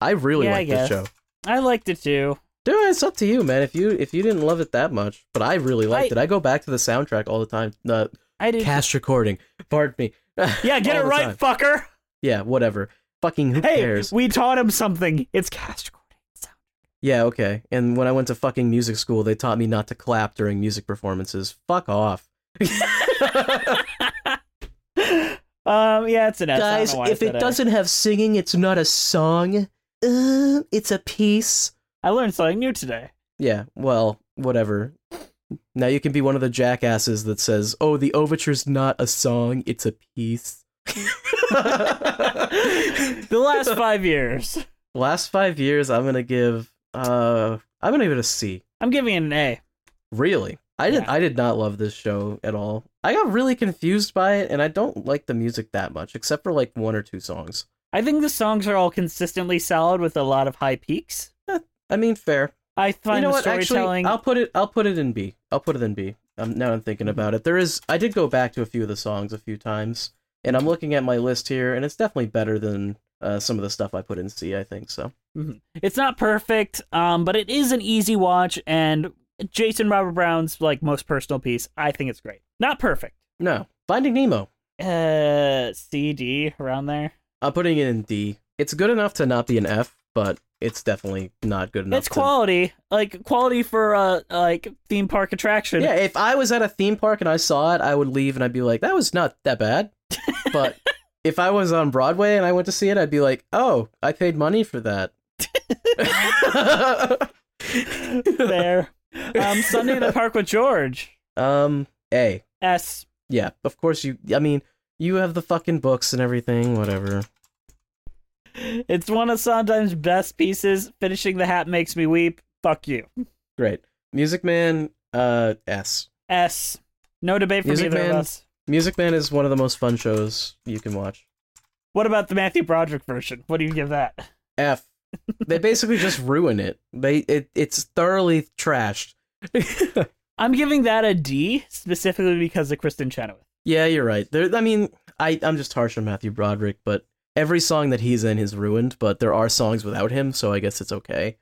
D: I really
C: Yeah, I
D: like this
C: guess.
D: show.
C: I liked it too.
D: Dude, it's up to you, man. If you if you didn't love it that much, but I really liked
C: I-
D: it. I go back to the soundtrack all the time. Uh,
C: I did.
D: cast recording. Pardon me. *laughs*
C: yeah, get
D: all
C: it
D: the
C: right,
D: time.
C: fucker.
D: Yeah, whatever. Fucking who
C: Hey,
D: cares?
C: we taught him something. It's cast recording.
D: Yeah, okay. And when I went to fucking music school, they taught me not to clap during music performances. Fuck off. *laughs*
C: Um, yeah, it's an S. I don't
D: Guys,
C: know why I
D: if
C: said
D: it
C: A.
D: doesn't have singing, it's not a song. Uh, it's a piece.
C: I learned something new
D: *laughs*
C: today.
D: Yeah, well, whatever. Now you can be one of the jackasses that says, "Oh, the overture's not a song, it's a
C: *laughs*
D: piece." *laughs*
C: The last five years,
D: Last 5 years, I'm going to give uh I'm going to give it a C.
C: I'm giving it an A.
D: Really? I did
C: Yeah.
D: I did not love this show at all. I got really confused by it and I don't like the music that much except for like one or two songs.
C: I think the songs are all consistently solid with a lot of high peaks.
D: I mean, fair.
C: I find
D: you know
C: the
D: what?
C: storytelling.
D: Actually, I'll put it I'll put it in B. I'll put it in B. Um, now I'm thinking about it. There is I did go back to a few of the songs a few times and I'm looking at my list here and it's definitely better than uh, some of the stuff I put in C, I think so.
C: It's not perfect, um, but it is an easy watch, and Jason Robert Brown's like most personal piece. I think it's great. Not perfect.
D: No. Finding Nemo.
C: Uh, CD around there.
D: I'm putting it in D. It's good enough to not be an F, but it's definitely not good enough.
C: It's
D: to-
C: quality, like quality for a like theme park attraction.
D: Yeah, if I was at a theme park and I saw it, I would leave and I'd be like, that was not that bad. But if I was on Broadway and I went to see it, I'd be like, oh, I paid money for that.
C: *laughs* there. Um, Sunday in the Park with George.
D: um, A.
C: S.
D: Yeah, of course you. I mean, you have the fucking books and everything, whatever.
C: It's one of Sondheim's best pieces. Finishing the hat makes me weep. Fuck you.
D: Great. Music Man, uh, S.
C: S. No debate from
D: Music
C: either
D: Man.
C: of us.
D: Music Man is one of the most fun shows you can watch.
C: What about the Matthew Broderick version? What do you give that?
D: F. They basically just ruin it. They it it's thoroughly trashed. *laughs*
C: I'm giving that a D specifically because of Kristen Chenoweth.
D: Yeah, you're right. There, I mean, I I'm just harsh on Matthew Broderick, but every song that he's in is ruined. But there are songs without him, so I guess it's okay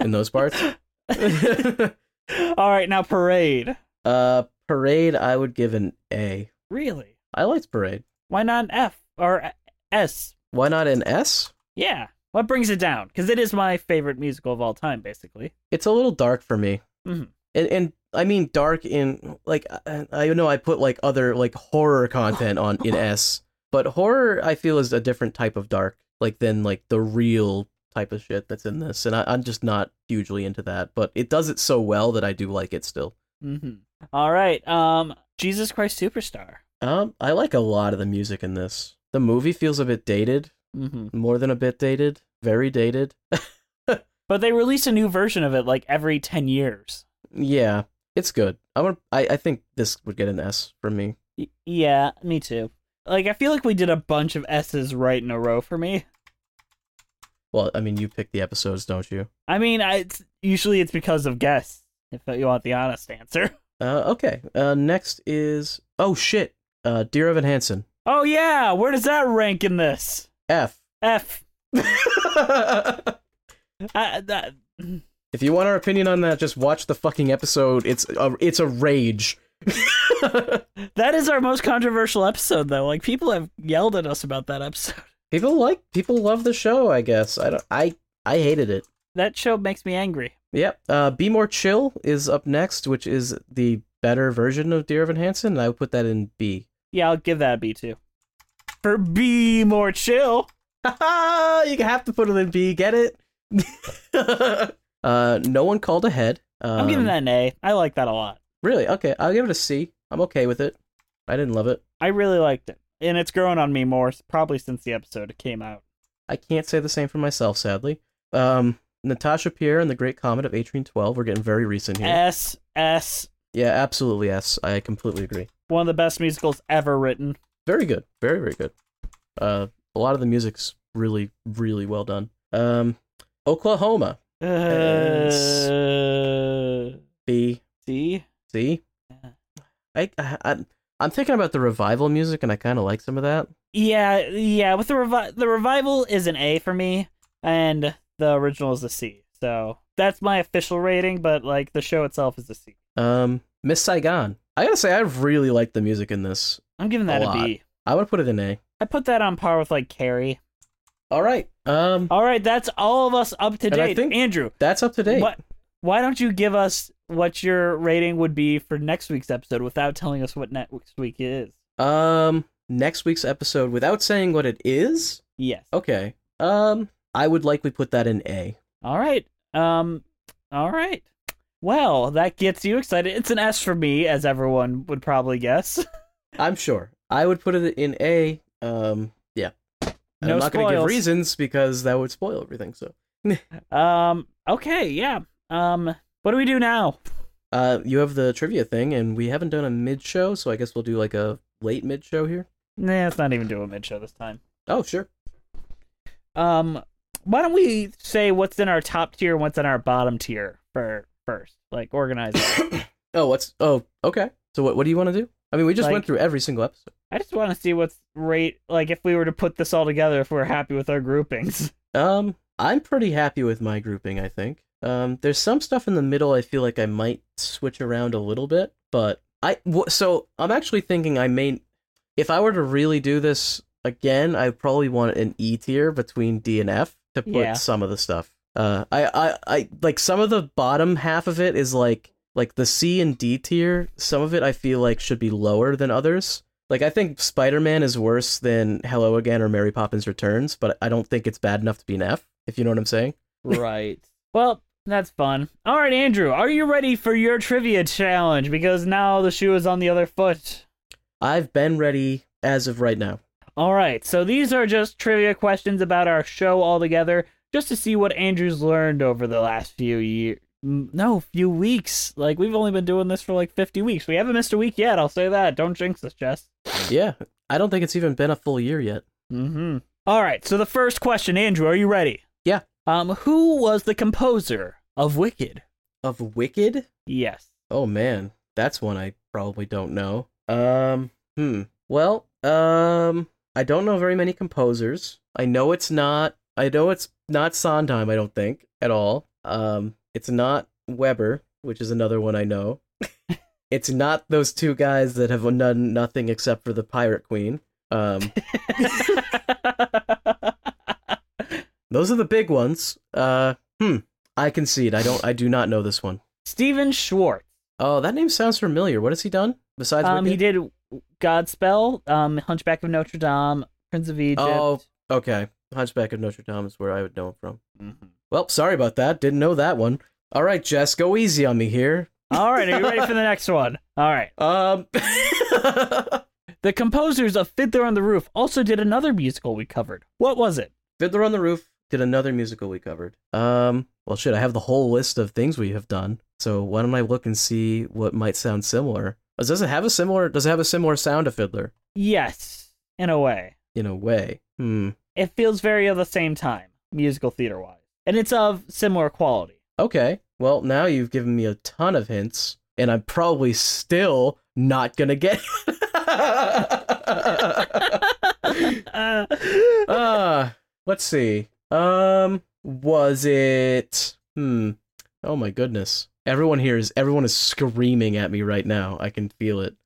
D: in those parts. *laughs*
C: All right, now Parade.
D: uh, Parade, I would give an A.
C: Really?
D: I liked Parade.
C: Why not an F or a- S?
D: Why not an S?
C: Yeah. What brings it down? Because it is my favorite musical of all time, basically.
D: It's a little dark for me,
C: Mhm.
D: and and I mean dark in like I, I know I put like other like horror content on in S, but horror I feel is a different type of dark, like than like the real type of shit that's in this, and I, I'm just not hugely into that. But it does it so well that I do like it still.
C: Mm-hmm. All right. Um, Jesus Christ Superstar.
D: Um, I like a lot of the music in this. The movie feels a bit dated,
C: Mm-hmm.
D: more than a bit dated, very dated.
C: But they release a new version of it like every ten years.
D: yeah, it's good. I want. I I think this would get an S from me.
C: Y- yeah, me too. Like I feel like we did a bunch of S's right in a row for me.
D: Well, I mean, you pick the episodes, don't you?
C: I mean, I, it's usually it's because of guests. If you want the honest answer.
D: Uh, okay. Uh, next is oh shit, uh, Dear Evan Hansen,
C: Oh yeah, where does that rank in this?
D: F. *laughs*
C: F.
D: if
C: I, that,
D: you want our opinion on that, just watch the fucking episode. It's a, it's a rage.
C: that is our most controversial episode, though. Like people have yelled at us about that episode. *laughs*
D: People like people love the show. I guess I don't. I I hated it.
C: That show makes me angry.
D: Yep. Uh, Be More Chill is up next, which is the better version of Dear Evan Hansen. And I would put that in B. *laughs*
C: Yeah, I'll give that a B too. For B more chill.
D: Haha, you have to put it in B. Get it? *laughs* uh, no one called ahead. Um,
C: I'm giving that an A. I like that a lot.
D: Really? Okay, I'll give it a C. I'm okay with it. I didn't love it.
C: I really liked it. And it's grown on me more, s- probably since the episode came out.
D: I can't say the same for myself, sadly. Um, Natasha Pierre and the Great Comet of 1812. We're getting very recent here.
C: S, S,
D: Yeah, absolutely. Yes, I completely agree.
C: one of the best musicals ever written.
D: Very good. Very very good. Uh, a lot of the music's really really well done. Um, Oklahoma.
C: Uh,
D: B
C: C?
D: C. I, I I'm- I'm thinking about the revival music, and I kind of like some of that.
C: Yeah, yeah. With the revi- the revival is an A for me, and the original is a C. So that's my official rating, but like the show itself is a C.
D: Um, Miss Saigon. I gotta say, I really like the music in this.
C: I'm giving that
D: A
C: a B. I
D: lot. I would put it in A.
C: put that on par with like Carrie.
D: All right. Um,
C: All right, that's all of us up to
D: And I
C: date.
D: think-
C: Andrew,
D: that's up to date.
C: What? Why don't you give us what your rating would be for next week's episode without telling us what next week is?
D: Um, next week's episode, without saying what it is.
C: Yes.
D: Okay. Um, I would likely put that in A.
C: All right. Um. All right. Well, that gets you excited. It's an S for me, as everyone would probably guess.
D: I'm sure. I would put it in A. Um, yeah. And
C: No
D: I'm not gonna give
C: spoils.
D: reasons because that would spoil everything. So,
C: Um. Okay. Yeah. Um. What do we do now?
D: uh, you have the trivia thing, and we haven't done a mid show, so I guess we'll do like a late mid show here.
C: Nah, it's not even do a mid show this time.
D: Oh, sure.
C: Um. Why don't we say what's in our top tier and what's in our bottom tier for first? Like organize. it.
D: Oh, what's? Oh, okay. So what? What do you want to do? I mean, we just went
C: Like-
D: through every single episode.
C: I just want to see what's rate like if we were to put this all together if we're happy with our groupings. *laughs*
D: Um, I'm pretty happy with my grouping, I think. Um, there's some stuff in the middle I feel like I might switch around a little bit, but I w- so I'm actually thinking I may if I were to really do this, again, I probably want an E tier between D and F to put
C: Yeah.
D: some of the stuff. Uh, I, I, I like some of the bottom half of it is like like the C and D tier. Some of it I feel like should be lower than others. Like I think Spider Man is worse than Hello Again or Mary Poppins Returns, but I don't think it's bad enough to be an F. If you know what I'm saying.
C: Right. well, that's fun. All right, Andrew, are you ready for your trivia challenge? Because now the shoe is on the other foot.
D: I've been ready as of right now.
C: All right, so these are just trivia questions about our show altogether, just to see what Andrew's learned over the last few years. No, few weeks. Like, we've only been doing this for like 50 weeks. We haven't missed a week yet, I'll say that. Don't jinx us, Jess.
D: Yeah, I don't think it's even been a full year yet.
C: Mm-hmm. All right. So the first question, Andrew, are you ready?
D: Yeah.
C: Um, who was the composer of Wicked?
D: Of Wicked?
C: *laughs* Yes.
D: Oh man, that's one I probably don't know. Um, hmm. Well, um, I don't know very many composers. I know it's not. I know it's not Sondheim. I don't think at all. Um, it's not Weber, which is another one
C: *laughs*
D: I know. it's not those two guys that have done nothing except for the Pirate Queen.
C: *laughs*
D: Um, those are the big ones. Uh, hmm. I concede. I don't. I do not know this one.
C: Steven Schwartz.
D: Oh, that name sounds familiar. What has he done besides?
C: Um, he
D: Wicked?
C: did Godspell, um, Hunchback of Notre Dame, Prince of Egypt.
D: Oh, okay. Hunchback of Notre Dame is where I would know him from. Well, sorry about that. Didn't know that one. All right, Jess, go easy on me here.
C: All right. Are you ready for the next one? All right.
D: Um, *laughs*
C: The composers of Fiddler on the Roof also did another musical we covered. What was it?
D: Fiddler on the Roof did another musical we covered. Um, well, shit, I have the whole list of things we have done. So why don't I look and see what might sound similar? Does it have a similar? Does it have a similar sound to Fiddler?
C: Yes, in a way.
D: In a way. Hmm.
C: It feels very of the same time, musical theater wise, and it's of similar quality.
D: Okay. Well, now you've given me a ton of hints, and I'm probably still not gonna get. *laughs* uh, let's see. Um, was it? Hmm. Oh my goodness! Everyone here is everyone is screaming at me right now. I can feel it.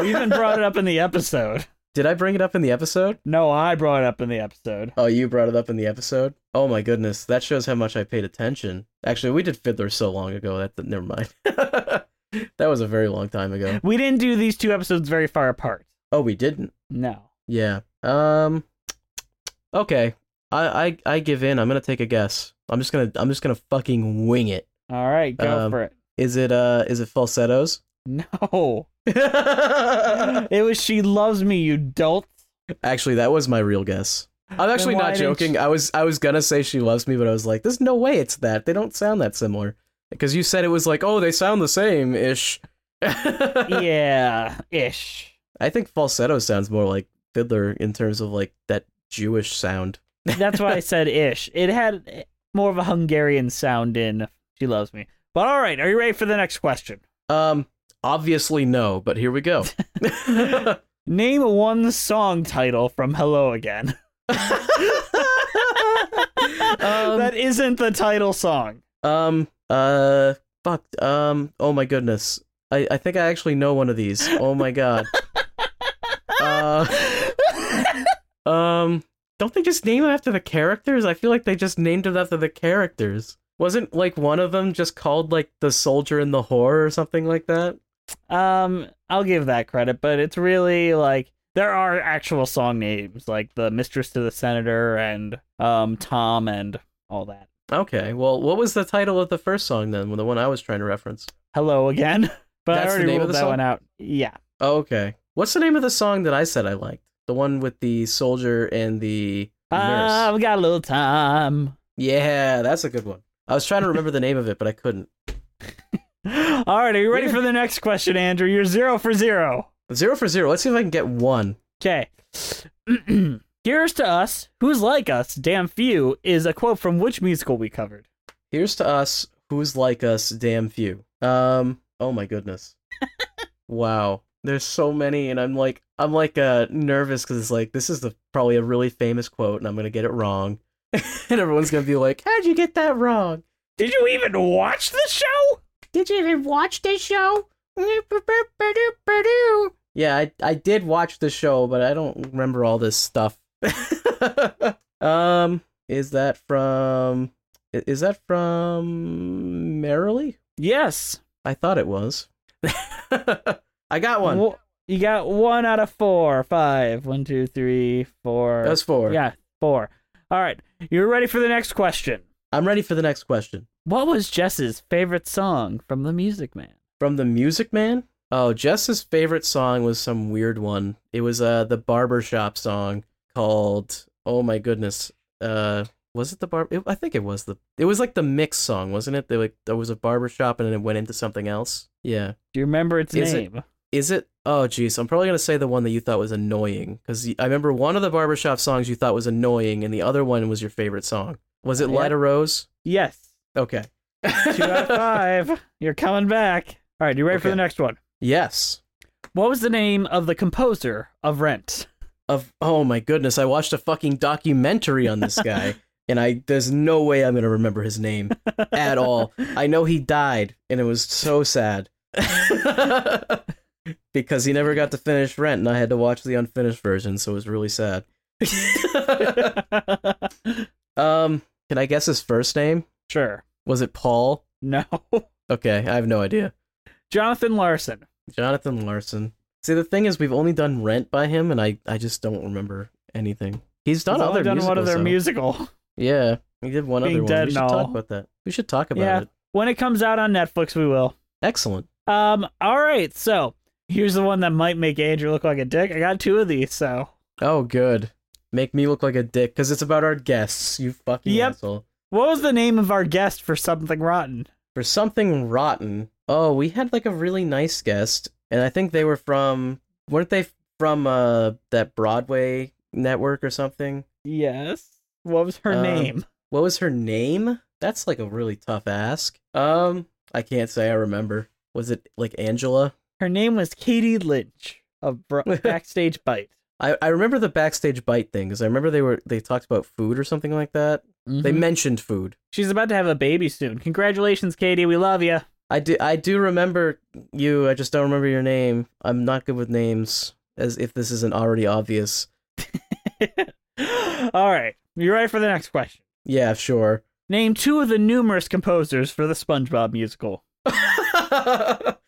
C: We even brought it up in the episode.
D: Did I bring it up in the episode?
C: No, I brought it up in the episode.
D: Oh, you brought it up in the episode. Oh my goodness, that shows how much I paid attention. Actually, we did Fiddler so long ago that that- never mind. *laughs* that was a very long time ago.
C: We didn't do these two episodes very far apart.
D: Oh, we didn't.
C: No.
D: Yeah. Um. Okay. I I I give in. I'm gonna take a guess. I'm just gonna I'm just gonna fucking wing it.
C: All right, go
D: Um,
C: for it.
D: Is it uh is
C: *laughs*
D: it falsettos?
C: No. It was She Loves Me, you dolt.
D: actually, that was my real guess. I'm actually
C: why
D: not
C: didn't
D: joking.
C: you-
D: I was I was gonna say she loves me, but I was like, there's no way it's that. They don't sound that similar. Because you said it was like, oh, they sound the same ish.
C: yeah, ish.
D: *laughs* I think falsetto sounds more like fiddler in terms of like that Jewish sound.
C: That's why I
D: *laughs*
C: said ish. It had more of a Hungarian sound in She Loves Me. But all right, are you ready for the next question?
D: Um, obviously no, but here we go.
C: Name one song title from Hello
D: *laughs*
C: Again. *laughs* that isn't the title song.
D: um, uh, fuck. Um, oh my goodness. I I think I actually know one of these. Oh my god. Uh. Um, don't they just name him after the characters? I feel like they just named him after the characters. Wasn't like one of them just called like the soldier and the whore or something like that?
C: um, I'll give that credit, but it's really like there are actual song names like the Mistress to the Senator and um Tom and all that.
D: Okay, well, what was the title of the first song then? The one I was trying to reference.
C: Hello again. *laughs* But
D: That's
C: I
D: the
C: already
D: name of
C: ruled
D: the
C: that
D: song?
C: one out. Yeah.
D: Oh, okay, what's the name of the song that I said I liked? The one with the soldier and the nurse.
C: I've got a little time.
D: yeah, that's a good one. I was trying to remember the name of it, but I couldn't.
C: All right, are you ready
D: Yeah.
C: for the next question, Andrew? You're zero for zero.
D: Zero for zero. Let's see if I can get one.
C: Okay. *clears throat* Here's to us, who's like us, damn few, is a quote from which musical we covered?
D: Here's to us, who's like us, damn few. Um, oh my goodness. wow. There's so many, and I'm like, I'm like, uh, nervous because it's like, this is the probably a really famous quote, and I'm gonna get it wrong, *laughs* and everyone's gonna be like, how'd you get that wrong?
C: Did you even watch the show?
D: Did you even watch this show? Yeah, I I did watch the show, but I don't remember all this stuff. *laughs* um, is that from? i- Is that from Merrily?
C: Yes.
D: I thought it was. *laughs* I got one.
C: Wh- You got one out of four, five, one, two, three, four.
D: That's four.
C: Yeah, four. All right. You're ready for the next question.
D: I'm ready for the next question.
C: What was Jess's favorite song from The Music Man?
D: From the Music Man? Oh, Jess's favorite song was some weird one. It was uh the barbershop song called Oh my goodness. Uh was it the bar it, I think it was the it was like the mix song, wasn't it? They like there was a barbershop and then it went into something else. Yeah.
C: Do you remember its
D: Is it-
C: name?
D: Is it Oh jeez, I'm probably going to say the one that you thought was annoying cuz I remember one of the barbershop songs you thought was annoying and the other one was your favorite song. Was it
C: Yeah.
D: Light a Rose?
C: Yes.
D: Okay.
C: Two
D: *laughs*
C: out of five. You're coming back. All right. You ready for
D: Okay.
C: the next one?
D: yes.
C: What was the name of the composer of Rent?
D: of oh my goodness, I watched a fucking documentary on this
C: *laughs*
D: guy, and I there's no way I'm gonna remember his name at all. I know he died, and it was so sad because he never got to finish Rent, and I had to watch the unfinished version, so it was
C: *laughs*
D: really sad. um, can I guess his first name?
C: *laughs* sure.
D: Was it Paul?
C: No. *laughs*
D: Okay, I have no idea.
C: Jonathan Larson.
D: Jonathan Larson. See, the thing is, we've only done Rent by him, and I, I just don't remember anything. He's done
C: He's
D: other
C: only done one of
D: musicals,
C: their
D: though.
C: musical. *laughs*
D: Yeah, we did one
C: Being
D: other one.
C: dead
D: We should
C: and
D: talk
C: all.
D: about that. We should talk about
C: Yeah.
D: it.
C: When it comes out on Netflix, we will.
D: Excellent.
C: Um. All right. So here's the one that might make Andrew look like a dick. I got two of these. So
D: Oh, good. Make me look like a dick because it's about our guests. You fucking
C: Yep.
D: asshole.
C: what was the name of our guest for Something Rotten?
D: For something rotten. Oh, we had like a really nice guest, and I think they were from. Weren't they from uh that Broadway network or something?
C: Yes. What was her
D: Um,
C: name?
D: What was her name? That's like a really tough ask. Um, I can't say I remember. Was it like Angela?
C: Her name was Katie Lynch of
D: *laughs*
C: Bro- Backstage Bite.
D: I, I remember the backstage bite thing because I remember they were they talked about food or something like that. They
C: Mm-hmm.
D: mentioned food.
C: She's about to have a baby soon. Congratulations, Katie. We love you.
D: I do I do remember you. I just don't remember your name. I'm not good with names, as if this isn't already obvious.
C: *laughs* All right. You ready for the next question?
D: Yeah, sure. *laughs*
C: Name two of the numerous composers for the SpongeBob musical.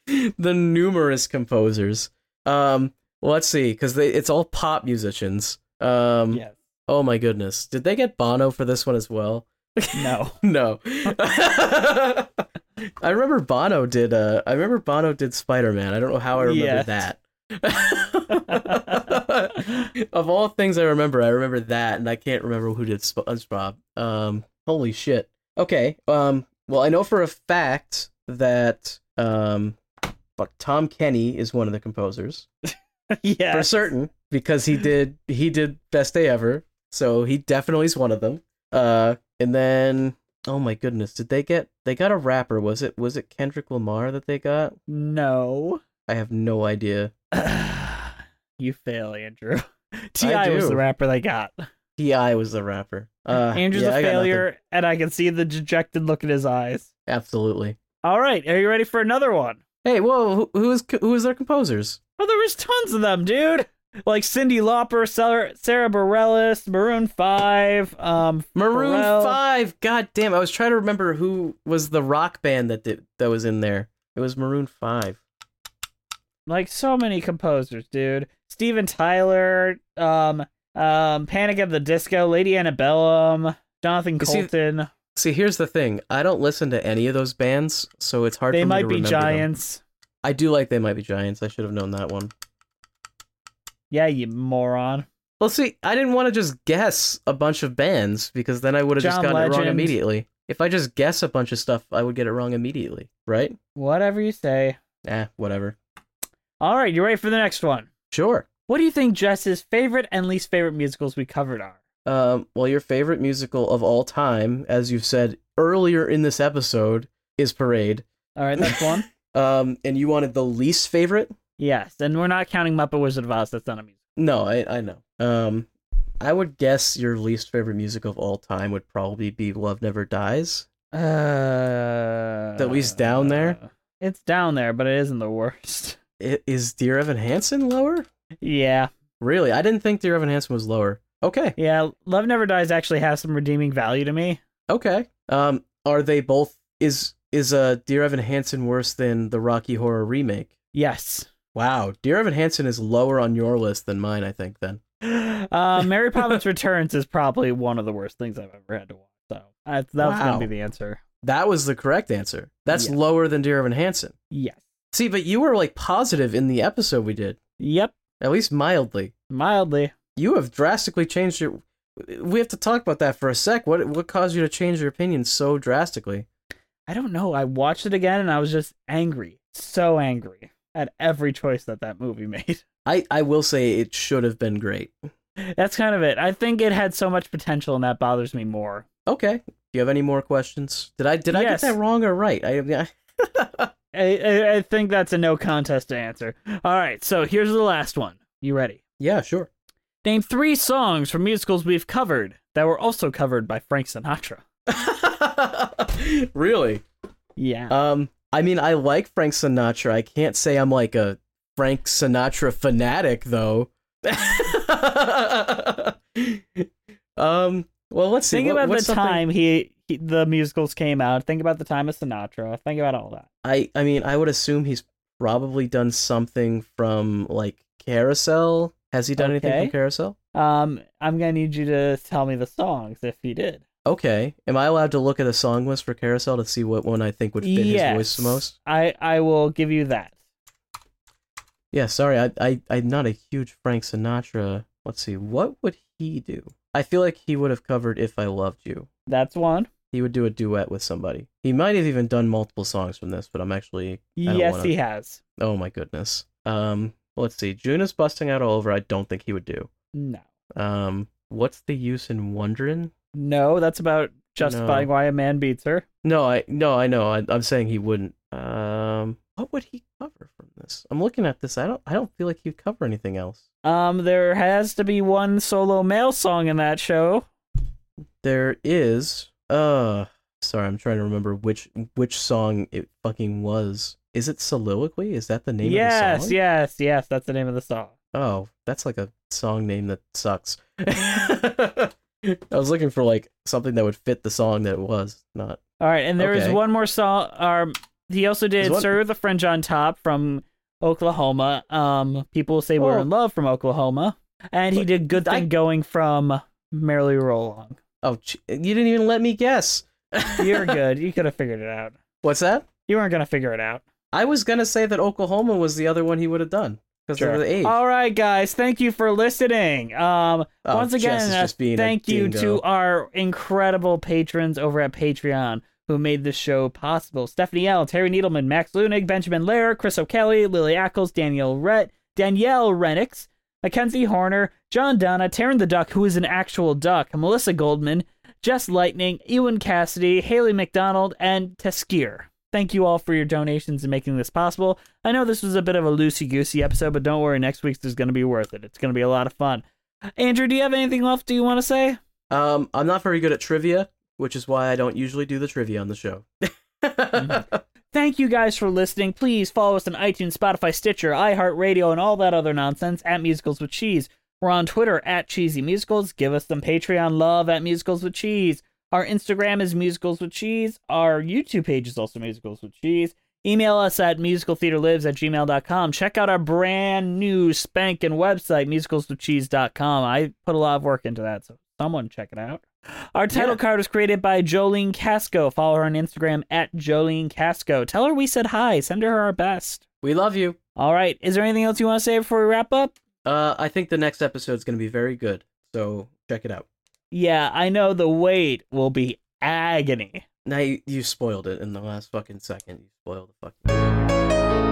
D: the numerous composers. Um, well, let's see, because they it's all pop musicians. Um,
C: Yes.
D: oh my goodness, did they get Bono for this one as well?
C: No.
D: No. I remember Bono did. Uh, I remember Bono did Spider Man. I don't know how I remember
C: Yes.
D: that. *laughs* of all things I remember, I remember that, and I can't remember who did SpongeBob. Um, holy shit. Okay. Um, well, I know for a fact that um, fuck, Tom Kenny is one of the composers
C: *laughs* yeah.
D: *laughs* for certain because he did he did best day ever so he definitely is one of them uh and then oh my goodness did they get they got a rapper was it was it kendrick lamar that they got
C: No. *sighs*
D: i have no idea
C: you fail, Andrew. Ti was
D: do.
C: the rapper they got.
D: ti was the rapper uh
C: Andrew's
D: yeah,
C: a
D: I got nothing.
C: failure, and I can see the dejected look in his eyes.
D: absolutely
C: All right, are you ready for another one?
D: hey whoa who, who is who is their composers
C: Oh, there was tons of them, dude. Like Cindy Lauper, Sarah, Sarah Bareilles, Maroon Five, um,
D: maroon
C: Pharrell.
D: 5 god damn i was trying to remember who was the rock band that did, that was in there it was maroon 5
C: like so many composers, dude. Steven Tyler, um, um, Panic at the Disco, Lady Antebellum, Jonathan
D: You see-
C: Colton.
D: See, here's the thing. I don't listen to any of those bands, so it's hard
C: They
D: for me to
C: might be
D: remember them.
C: giants.
D: I do like They Might Be Giants. I should have known that one.
C: Yeah, you moron.
D: Well, see, I didn't want to just guess a bunch of bands because then I would have just
C: John
D: gotten it wrong
C: Legend.
D: immediately. If I just guess a bunch of stuff, I would get it wrong immediately, right?
C: Whatever you say.
D: Eh, whatever.
C: All right, you ready for the next one?
D: Sure.
C: What do you think Jess's favorite and least favorite musicals we covered are?
D: Um, well, your favorite musical of all time, as you've said earlier in this episode, is Parade.
C: All right, that's
D: *laughs*
C: one.
D: Um, and you wanted the least favorite?
C: yes, and we're not counting Muppet Wizard of Oz. That's not a musical.
D: No, I I know. Um, I would guess your least favorite music of all time would probably be "Love Never Dies."
C: Uh,
D: At least down there?
C: It's down there, but it isn't the worst. *laughs*
D: i- is Dear Evan Hansen lower?
C: Yeah.
D: Really? I didn't think Dear Evan Hansen was lower. Okay.
C: Yeah. Love Never Dies actually has some redeeming value to me.
D: Okay. Um, are they both? Is is uh Dear Evan Hansen worse than the Rocky Horror remake?
C: Yes.
D: Wow, Dear Evan Hansen is lower on your list than mine. I think then.
C: Uh,
D: *laughs*
C: Mary Poppins Returns is probably one of the worst things I've ever had to watch. So uh, that was
D: Wow.
C: going to be the answer.
D: That was the correct answer. That's
C: Yeah.
D: lower than Dear Evan Hansen.
C: Yes.
D: See, but you were like positive in the episode we did,
C: Yep.
D: at least mildly.
C: Mildly.
D: You have drastically changed your. We have to talk about that for a sec. What what caused you to change your opinion so drastically?
C: I don't know. I watched it again and I was just angry. So angry at every choice that that movie *laughs* made.
D: I I will say it should have been great.
C: That's kind of it. I think it had so much potential and that bothers me more.
D: Okay. Do you have any more questions? Did I did I get
C: Yes.
D: that wrong or right? I, I
C: I, I, I think that's a no contest to answer. All right. So here's the last one. You ready?
D: yeah, sure. *laughs*
C: Name three songs from musicals we've covered that were also covered by Frank Sinatra.
D: really?
C: Yeah.
D: Um, I mean, I like Frank Sinatra. I can't say I'm like a Frank Sinatra fanatic, though. *laughs* um, well, let's see.
C: Think
D: What-
C: about the
D: what's something-
C: time he, he the musicals came out. Think about the time of Sinatra. Think about all that.
D: I, I mean, I would assume he's probably done something from like Carousel. Has he done anything
C: Okay.
D: from Carousel?
C: Um, I'm gonna need you to tell me the songs if he did.
D: Okay. Am I allowed to look at the song list for Carousel to see what one I think would fit his voice the most?
C: I I will give you that.
D: Yeah, sorry, I, I I'm not a huge Frank Sinatra. Let's see, what would he do? I feel like he would have covered "If I Loved You."
C: That's one.
D: He would do a duet with somebody. He might have even done multiple songs from this, but I'm actually I don't
C: Yes,
D: wanna...
C: he has.
D: Oh my goodness. Um, let's see, June is busting out all over. I don't think he would do.
C: No,
D: Um, what's the use in wondering?
C: no. That's about justifying
D: No.
C: why a man beats her.
D: No, I no, I know. I, I'm saying he wouldn't. Um, what would he cover from this? I'm looking at this. I don't. I don't feel like he'd cover anything else.
C: Um, there has to be one solo male song in that show.
D: there is uh sorry i'm trying to remember which which song it fucking was is it soliloquy is that the name
C: yes,
D: of the song
C: yes, yes. That's the name of the song.
D: oh that's like a song name that sucks *laughs* i was looking for like something that would fit the song that it was not
C: All right, and there is
D: Okay.
C: one more song. Um, he also
D: There's
C: did
D: one-
C: "Sir with a Fringe on Top" from Oklahoma. Um, people say we're
D: Oh.
C: in love from Oklahoma, and he
D: But
C: did "Good
D: I-
C: Thing Going" from Merrily Roll Along.
D: oh ch- you didn't even let me guess *laughs*
C: You're good. You could have figured it out.
D: what's that
C: You weren't gonna figure it out.
D: i was gonna say that oklahoma was the other one he would have done because
C: Sure.
D: of the age
C: All right, guys. Thank you for listening. Um,
D: Oh,
C: once again,
D: Jess is
C: uh,
D: just being a
C: thank you
D: dingo.
C: to our incredible patrons over at Patreon who made this show possible. Stephanie L, Terry Needleman, Max Lunig, Benjamin Lehrer, Chris O'Kelly, Lily Ackles, Danielle Rett, Danielle Renix, Mackenzie Horner, John Donna, Taryn the Duck, who is an actual duck, Melissa Goldman, Jess Lightning, Ewan Cassidy, Haley McDonald, and Teskier. Thank you all for your donations and making this possible. I know this was a bit of a loosey goosey episode, but don't worry, next week's is going to be worth it. It's going to be a lot of fun. Andrew, do you have anything left? Do you want to say?
D: um i'm not very good at trivia which is why i don't usually do the trivia on the show
C: Thank you guys for listening. Please follow us on iTunes, Spotify, Stitcher, iHeartRadio, and all that other nonsense at Musicals with Cheese. We're on Twitter at Cheesy Musicals. Give us some Patreon love at Musicals with Cheese. Our Instagram is Musicals with Cheese. Our YouTube page is also Musicals with Cheese. Email us at musicaltheaterlives at gmail.com. Check out our brand new spanking website, musicalswithcheese.com. I put a lot of work into that, so someone check it out. Our title
D: Yeah.
C: card was created by Jolene Casco. Follow her on Instagram at Jolene Casco. Tell her we said hi. Send her our best.
D: we love you
C: All right. Is there anything else you want to say before we wrap up?
D: Uh, I think the next episode's going to be very good. So check it out.
C: Yeah, I know the wait will be agony.
D: Now you, you spoiled it in the last fucking second. You spoiled the fucking.